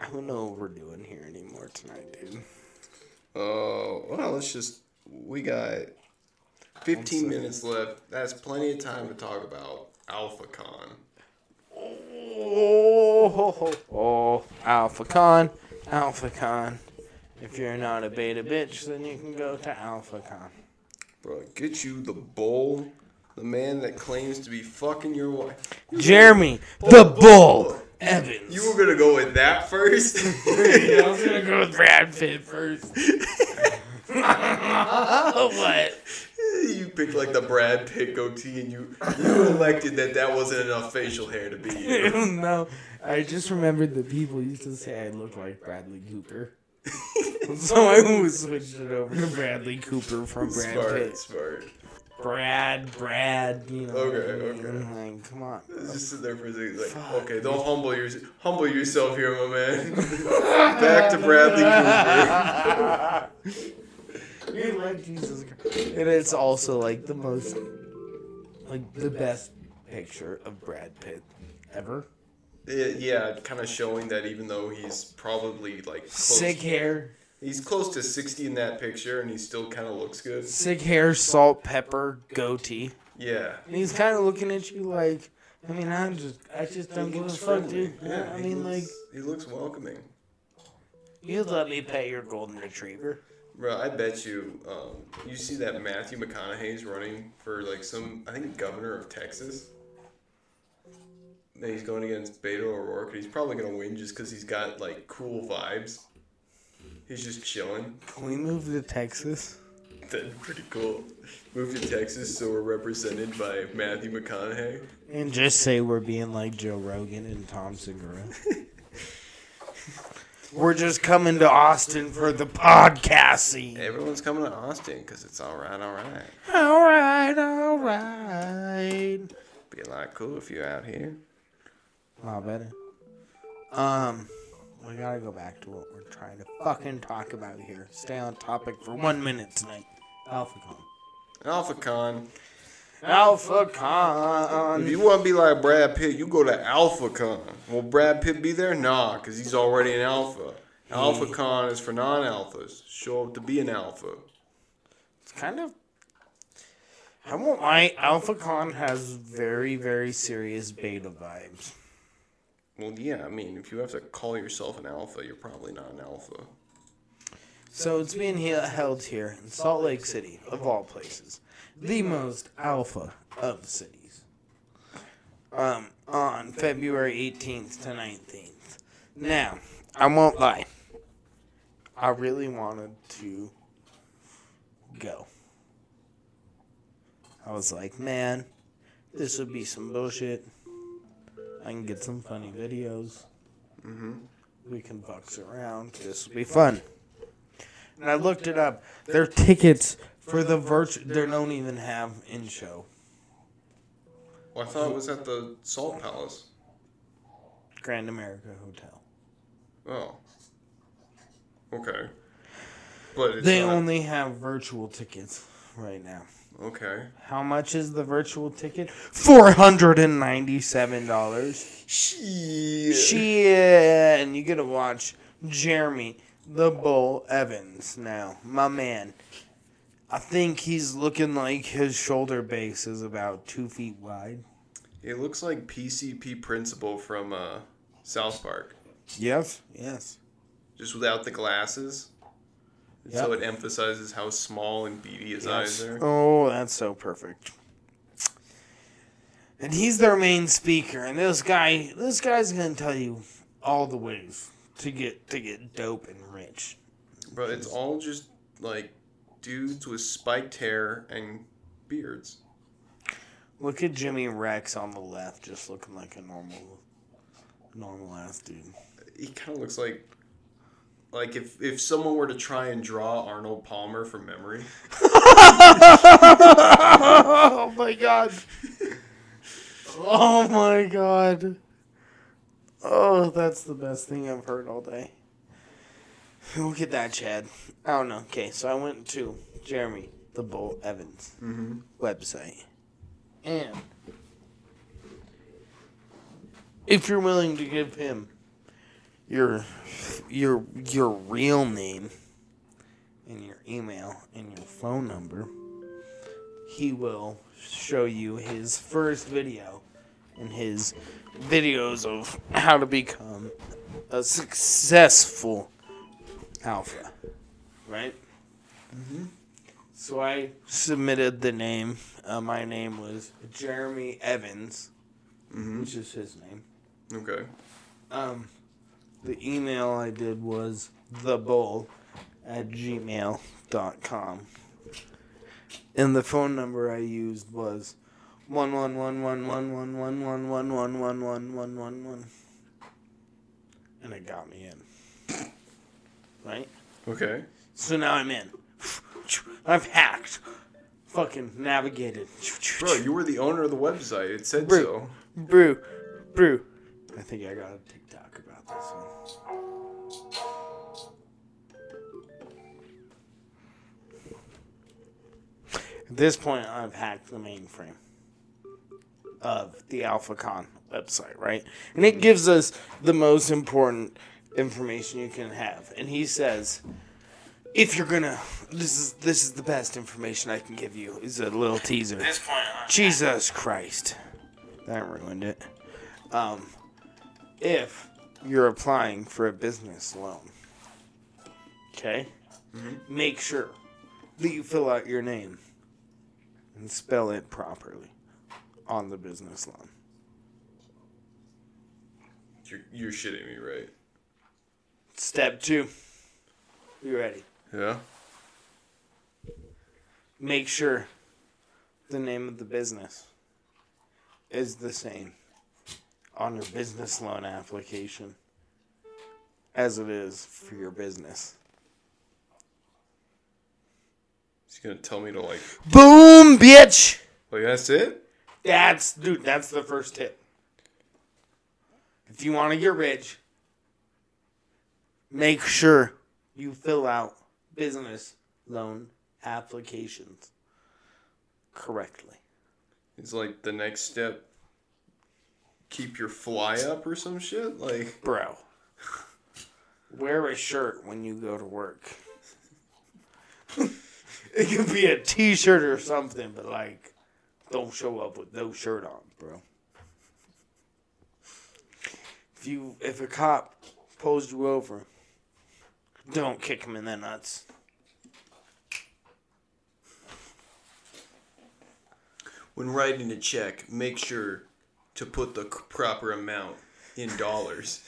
Speaker 2: I don't know what we're doing here anymore tonight, dude.
Speaker 1: Oh, well, let's just. We got 15 minutes left. That's plenty of time to talk about AlphaCon.
Speaker 2: Oh, ho, ho. oh, AlphaCon, AlphaCon. If you're not a beta bitch, then you can go to AlphaCon.
Speaker 1: Bro, get you the bull, the man that claims to be fucking your wife.
Speaker 2: Jeremy, the Bull Evans.
Speaker 1: You were gonna go with that first?
Speaker 2: I was gonna go with Brad Pitt first. what?
Speaker 1: you picked like the Brad Pitt goatee, and you you elected that that wasn't enough facial hair to be you.
Speaker 2: no, I just remembered that people used to say I looked like Bradley Cooper. so I always switched it over to Bradley Cooper from Brad
Speaker 1: Smart,
Speaker 2: Pitt.
Speaker 1: smart.
Speaker 2: Brad, Brad, you know.
Speaker 1: Okay,
Speaker 2: what I mean? Like, come on.
Speaker 1: Just sit there for a second, like, okay, don't humble your humble yourself here, my man. Back to Bradley Cooper.
Speaker 3: You're like,
Speaker 2: Jesus Christ. And it's also like the most, like the best picture of Brad Pitt ever.
Speaker 1: It- yeah, kind of showing that even though he's probably like close,
Speaker 2: Sick hair,
Speaker 1: he's close to sixty in that picture, and he still kind of looks good.
Speaker 2: sick hair, salt, pepper, goatee.
Speaker 1: Yeah,
Speaker 2: And he's kind of looking at you like, I mean, I'm just, I just don't give a fuck, dude.
Speaker 1: Yeah,
Speaker 2: I
Speaker 1: he
Speaker 2: mean, like,
Speaker 1: looks- he looks welcoming.
Speaker 2: you let me pet your golden retriever.
Speaker 1: Bro, I bet you, um, you see that Matthew McConaughey's running for like some, I think governor of Texas. And he's going against Beto O'Rourke, and he's probably gonna win just because he's got like cool vibes. He's just chilling.
Speaker 2: Can we move to Texas?
Speaker 1: That's pretty cool. Moved to Texas, so we're represented by Matthew McConaughey.
Speaker 2: And just say we're being like Joe Rogan and Tom Segura. we're just coming to Austin for the podcast scene.
Speaker 1: Everyone's coming to Austin because it's all right, all right.
Speaker 2: All right, all right.
Speaker 1: Be a lot cool if you're out here.
Speaker 2: Wow, better. Um, we gotta go back to what we're trying to fucking talk about here. Stay on topic for one minute tonight. AlphaCon.
Speaker 1: AlphaCon. If
Speaker 2: AlphaCon.
Speaker 1: you want to be like Brad Pitt, you go to AlphaCon. Will Brad Pitt be there? Nah, because he's already an alpha. AlphaCon is for non alphas. Show up to be an alpha.
Speaker 2: It's kind of. I won't lie. AlphaCon has very, very serious beta vibes.
Speaker 1: Well, yeah, I mean, if you have to call yourself an alpha, you're probably not an alpha.
Speaker 2: So it's being he- held here in Salt Lake City, of all places, the most alpha of cities. Um, on February 18th to 19th. Now, I won't lie. I really wanted to go. I was like, man, this would be some bullshit. I can get some funny videos. We can box around. This will be fun. And I looked it up. Their tickets for the virtual, they don't even have in show.
Speaker 1: Well, Oh, I thought it was at the Salt Palace.
Speaker 2: Grand America Hotel.
Speaker 1: Oh. Okay. But it's
Speaker 2: They
Speaker 1: not-
Speaker 2: only have virtual tickets right now.
Speaker 1: Okay.
Speaker 2: How much is the virtual ticket? Four hundred and ninety-seven dollars.
Speaker 1: Shit.
Speaker 2: Shit, and you get to watch Jeremy the Bull Evans now, my man. I think he's looking like his shoulder base is about two feet wide.
Speaker 1: It looks like PCP principal from uh, South Park,
Speaker 2: Yes. Yes.
Speaker 1: just without the glasses. So
Speaker 2: Yep.
Speaker 1: it emphasizes how small and beady his eyes
Speaker 2: Yes.
Speaker 1: are.
Speaker 2: Oh, that's so perfect. And he's their main speaker, and this guy, this guy's gonna tell you all the ways to get to get dope and rich.
Speaker 1: Bro, it's all just like dudes with spiked hair and beards.
Speaker 2: Look at Jimmy Rex on the left, just looking like a normal, normal ass dude.
Speaker 1: He kind of looks like like if if someone were to try and draw Arnold Palmer from memory.
Speaker 2: oh my god! Oh my god! Oh, that's the best thing I've heard all day. Look at that, Chad. I don't know. Okay, so I went to Jeremy the Bull Evans
Speaker 1: Mm-hmm.
Speaker 2: website, and if you're willing to give him your your your real name and your email and your phone number, he will show you his first video and his videos of how to become a successful alpha, right? Mm-hmm. So I submitted the name. Uh, my name was Jeremy Evans,
Speaker 1: Mm-hmm.
Speaker 2: which is his name.
Speaker 1: Okay.
Speaker 2: Um, the email I did was thebull at gmail.com. And the phone number I used was one one one one one one one one one one one one one one one. And it got me in. Right?
Speaker 1: Okay.
Speaker 2: So now I'm in. I've hacked. Fucking navigated.
Speaker 1: Bro, you were the owner of the website. It said
Speaker 2: Bro.
Speaker 1: so.
Speaker 2: Brew. Brew. I think I got a TikTok about this one. At this point, I've hacked the mainframe of the AlphaCon website, right? And it gives us the most important information you can have. And he says, if you're gonna, this is this is the best information I can give you. Is a little teaser.
Speaker 4: At this point, I'm
Speaker 2: Jesus Christ. That ruined it. Um, if you're applying for a business loan, okay, make sure that you fill out your name and spell it properly on the business loan.
Speaker 1: You're, you're shitting me, right?
Speaker 2: Step two. You ready?
Speaker 1: Yeah.
Speaker 2: Make sure the name of the business is the same on your business loan application as it is for your business.
Speaker 1: He's gonna tell me to like,
Speaker 2: Boom, bitch!
Speaker 1: like that's it.
Speaker 2: That's dude. That's the first tip. If you want to get rich, make sure you fill out business loan applications correctly.
Speaker 1: It's like the next step. Keep your fly up or some shit. Like
Speaker 2: Bro, wear a shirt when you go to work. it could be a t shirt or something, but like, don't show up with no shirt on, bro. If you if a cop pulls you over, don't kick him in the nuts.
Speaker 1: when writing a check, make sure to put the c- proper amount in dollars.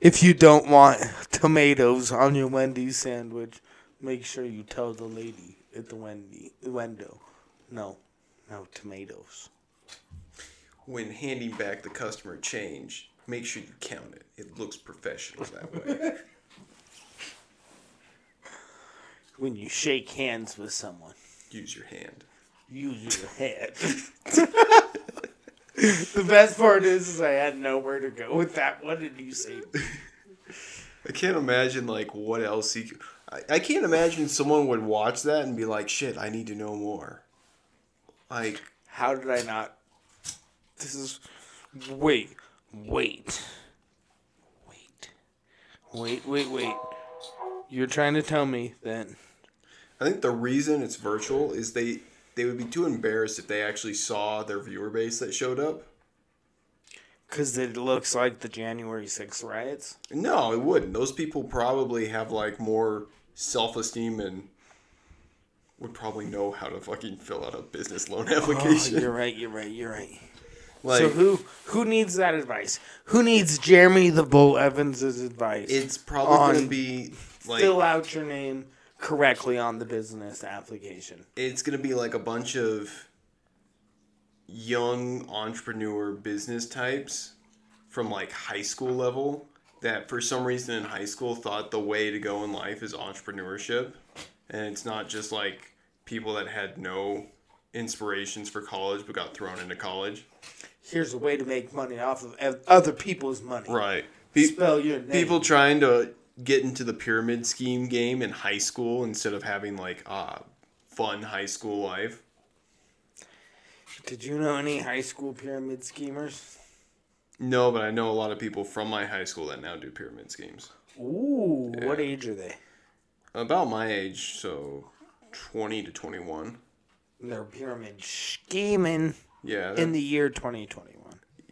Speaker 2: If you don't want tomatoes on your Wendy's sandwich, make sure you tell the lady at the Wendy window. No, no tomatoes.
Speaker 1: when handing back the customer change, make sure you count it. It looks professional that way.
Speaker 2: When you shake hands with someone,
Speaker 1: Use your hand.
Speaker 2: use your head. the best part is, is I had nowhere to go with that. What did you say?
Speaker 1: I can't imagine like what else he. c- I, I can't imagine someone would watch that and be like, "Shit, I need to know more." Like,
Speaker 2: How did I not? This is. Wait, wait, wait, wait, wait, wait. You're trying to tell me that
Speaker 1: I think the reason it's virtual is they they would be too embarrassed if they actually saw their viewer base that showed up.
Speaker 2: Because it looks like the January 6th riots.
Speaker 1: No, it wouldn't. Those people probably have like more self esteem and would probably know how to fucking fill out a business loan
Speaker 2: Oh,
Speaker 1: application.
Speaker 2: you're right, you're right, you're right.
Speaker 1: like,
Speaker 2: Uh, so who who needs that advice? Who needs Jeremy the Bull Evans's advice?
Speaker 1: It's probably
Speaker 2: on-
Speaker 1: gonna be like
Speaker 2: Fill out your name correctly on the business application.
Speaker 1: it's gonna be like a bunch of young entrepreneur business types from like high school level that for some reason in high school thought the way to go in life is entrepreneurship and it's not just like people that had no inspirations for college but got thrown into college
Speaker 2: Here's a way to make money off of ev- other people's money.
Speaker 1: right
Speaker 2: Spell your name.
Speaker 1: people trying to get into the pyramid scheme game in high school instead of having like ah fun high school life
Speaker 2: Did you know any high school pyramid schemers?
Speaker 1: No, but I know a lot of people from my high school that now do pyramid schemes.
Speaker 2: Ooh, what age are they?
Speaker 1: About my age, so 20 to 21.
Speaker 2: They're pyramid scheming
Speaker 1: Yeah.
Speaker 2: in
Speaker 1: that-
Speaker 2: the year 2021.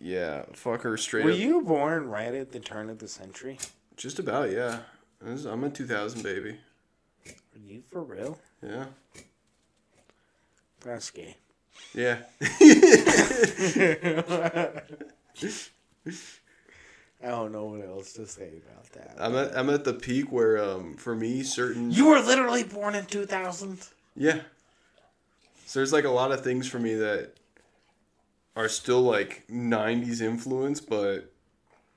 Speaker 1: yeah, fucker straight
Speaker 2: Were
Speaker 1: up.
Speaker 2: you born right at the turn of the century?
Speaker 1: Just about, yeah. This is- I'm a 2000 baby.
Speaker 2: Are you for real?
Speaker 1: Yeah.
Speaker 2: That's gay.
Speaker 1: Yeah.
Speaker 2: I don't know what else to say about that.
Speaker 1: I'm at, I'm at the peak where, um, for me, certain.
Speaker 2: You were literally born in 2000?
Speaker 1: Yeah. So there's like a lot of things for me that are still like 90s influence, but,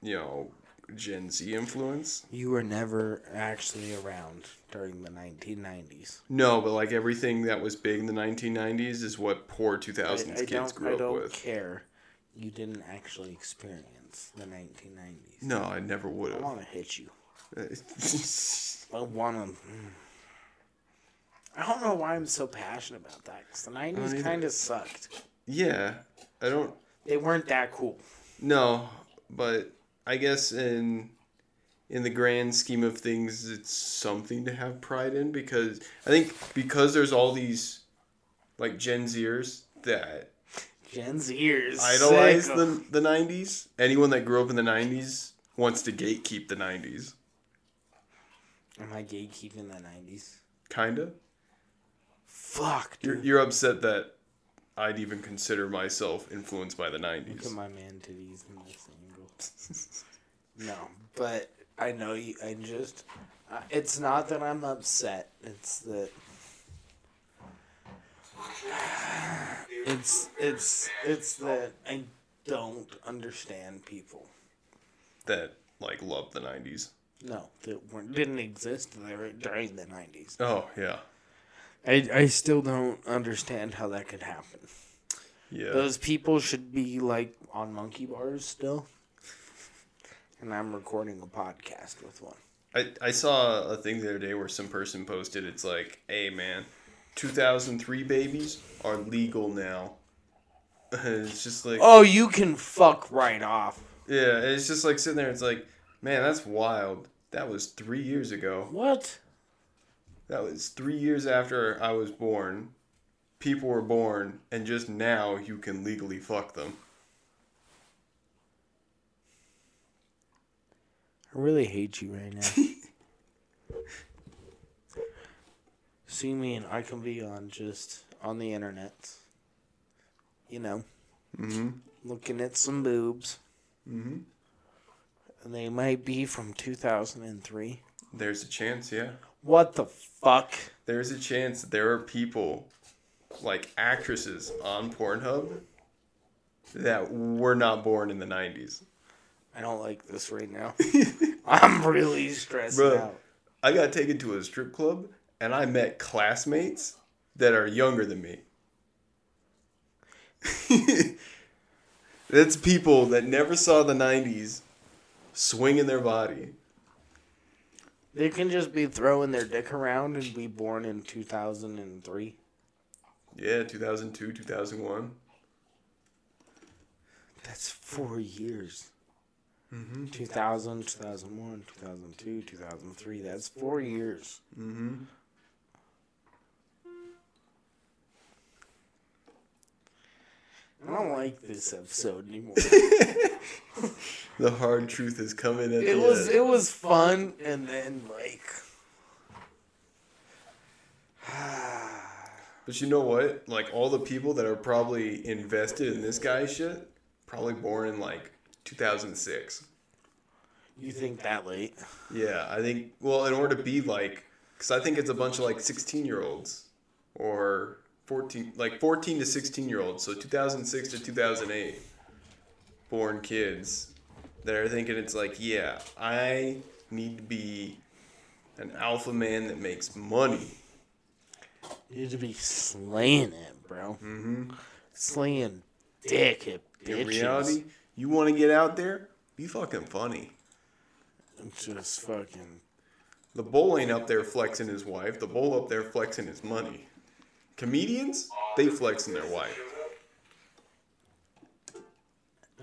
Speaker 1: you know, Gen Z influence.
Speaker 2: You were never actually around during the 1990s.
Speaker 1: No, but like everything that was big in the 1990s is what poor 2000s
Speaker 2: I
Speaker 1: kids
Speaker 2: don't,
Speaker 1: grew
Speaker 2: I
Speaker 1: up
Speaker 2: don't
Speaker 1: with.
Speaker 2: care. You didn't actually experience the 1990s.
Speaker 1: No, I never would
Speaker 2: I
Speaker 1: have.
Speaker 2: want to hit you. I want them. I don't know why I'm so passionate about that because the
Speaker 1: don't
Speaker 2: '90s
Speaker 1: either.
Speaker 2: kind of sucked.
Speaker 1: yeah, I don't
Speaker 2: They weren't that cool.
Speaker 1: No, but I guess in in the grand scheme of things, it's something to have pride in because I think because there's all these like Gen Zers that
Speaker 2: Gen Zers
Speaker 1: idolize
Speaker 2: sick of-
Speaker 1: the the '90s. Anyone that grew up in the '90s wants to gatekeep the '90s,
Speaker 2: Am I gatekeeping the '90s?
Speaker 1: kinda.
Speaker 2: Fuck,
Speaker 1: You're
Speaker 2: dude.
Speaker 1: you're upset that I'd even consider myself influenced by the
Speaker 2: Look at
Speaker 1: '90s.
Speaker 2: my man titties in this angle. no, but I know you. I just. Uh, it's not that I'm upset. It's that. It's it's it's that I don't understand people.
Speaker 1: That like love the '90s.
Speaker 2: No, that weren't, didn't exist there during the nineties.
Speaker 1: Oh yeah,
Speaker 2: I I still don't understand how that could happen.
Speaker 1: yeah.
Speaker 2: Those people should be like on monkey bars still. And I'm recording a podcast with one.
Speaker 1: I, I saw a thing the other day where some person posted it's like, hey man, 2003 babies are legal now. it's just like,
Speaker 2: Oh, you can fuck right off.
Speaker 1: yeah, and it's just like sitting there. It's like, man, that's wild. That was three years ago.
Speaker 2: What?
Speaker 1: That was three years after I was born. People were born, and just now you can legally fuck them.
Speaker 2: I really hate you right now. See me and I can be on just on the internet. You know,
Speaker 1: Mm-hmm.
Speaker 2: looking at some boobs.
Speaker 1: Mm-hmm.
Speaker 2: And they might be from 2003.
Speaker 1: There's a chance, yeah.
Speaker 2: What the fuck?
Speaker 1: There's a chance there are people, like actresses on Pornhub, that were not born in the 90s.
Speaker 2: I don't like this right now. I'm really stressed
Speaker 1: Bruh.
Speaker 2: out.
Speaker 1: I got taken to a strip club and I met classmates that are younger than me. That's people that never saw the 90s swinging their body.
Speaker 2: They can just be throwing their dick around and be born in 2003.
Speaker 1: Yeah, 2002, 2001.
Speaker 2: That's four years.
Speaker 1: Mm-hmm.
Speaker 2: 2000, 2001, 2002, 2003. That's four years.
Speaker 1: Mm-hmm.
Speaker 2: I don't like this episode anymore.
Speaker 1: The hard truth is coming at
Speaker 2: it
Speaker 1: the
Speaker 2: was
Speaker 1: end.
Speaker 2: it was fun, and then like.
Speaker 1: But you know what? Like all the people that are probably invested in this guy's shit, probably born in like 2006.
Speaker 2: You think that late?
Speaker 1: Yeah, I think. Well, in order to be like, because I think it's a bunch of like 16 year olds or 14, like 14 to 16 year olds. So 2006 to 2008 born kids that are thinking it's like, yeah, I need to be an alpha man that makes money.
Speaker 2: You need to be slaying it, bro. Mm-hmm. Slaying dick at bitches.
Speaker 1: In reality, you want to get out there, be fucking funny.
Speaker 2: just fucking.
Speaker 1: The bull ain't up there flexing his wife. The bull up there flexing his money. Comedians, they flexing their wife.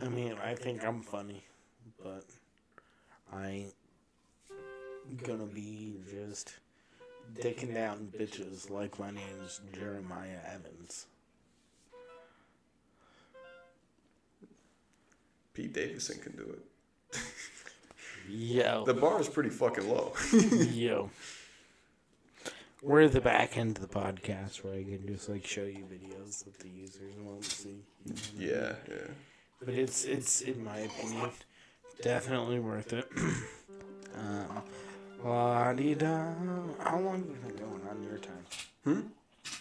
Speaker 2: I mean, I think I'm funny, but I ain't gonna be just dicking down bitches like my name's Jeremiah Evans.
Speaker 1: Pete Davidson can do it.
Speaker 2: Yo,
Speaker 1: The bar is pretty fucking low.
Speaker 2: yo. We're the back end of the podcast where I can just like show you videos that the users won't see.
Speaker 1: yeah, yeah.
Speaker 2: but it's it's in my opinion definitely worth it. um, la dee da. How long have we been going on your time?
Speaker 1: Hmm?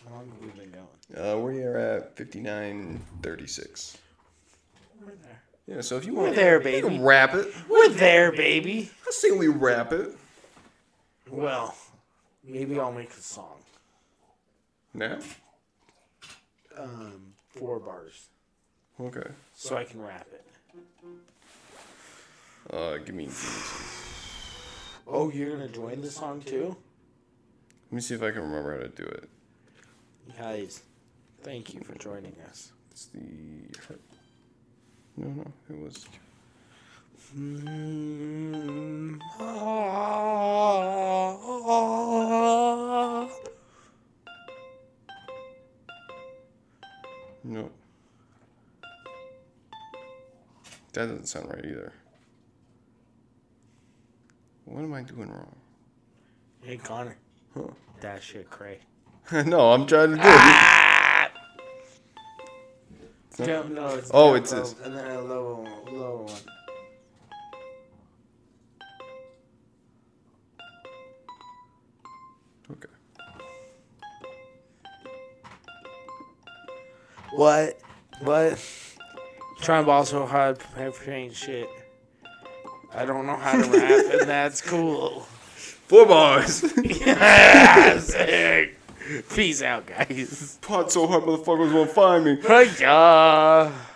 Speaker 2: How long have we been going?
Speaker 1: Uh, we are at fifty nine thirty six.
Speaker 2: We're there.
Speaker 1: Yeah, so if you
Speaker 2: We're
Speaker 1: want
Speaker 2: there,
Speaker 1: to
Speaker 2: baby.
Speaker 1: wrap it,
Speaker 2: We're there, baby.
Speaker 1: I say we wrap it
Speaker 2: Well, maybe I'll make a song.
Speaker 1: now.
Speaker 2: Um, four bars,
Speaker 1: Okay.
Speaker 2: so I can rap it.
Speaker 1: Uh, give me.
Speaker 2: Oh, you're gonna join the song too?
Speaker 1: Let me see if I can remember how to do it.
Speaker 2: Guys, thank you for joining us.
Speaker 1: It's the. No, no, it was.
Speaker 2: Mm-hmm. Ah, ah,
Speaker 1: No. That doesn't sound right either. What am I doing wrong?
Speaker 2: Hey Connor,
Speaker 1: Huh.
Speaker 2: that shit cray.
Speaker 1: no, I'm trying to do
Speaker 2: Ah.
Speaker 1: it. Huh?
Speaker 2: Don't know. It's
Speaker 1: Oh,
Speaker 2: down
Speaker 1: it's
Speaker 2: low,
Speaker 1: this.
Speaker 2: And then a lower one. Lower one.
Speaker 1: Okay.
Speaker 2: What? What? Trying ball so hard, paper ain't shit. I don't know how to rap, and that's cool.
Speaker 1: Four bars.
Speaker 2: Sick. Peace out, guys.
Speaker 1: Pot so hard, motherfuckers won't find me.
Speaker 2: Right, y'all.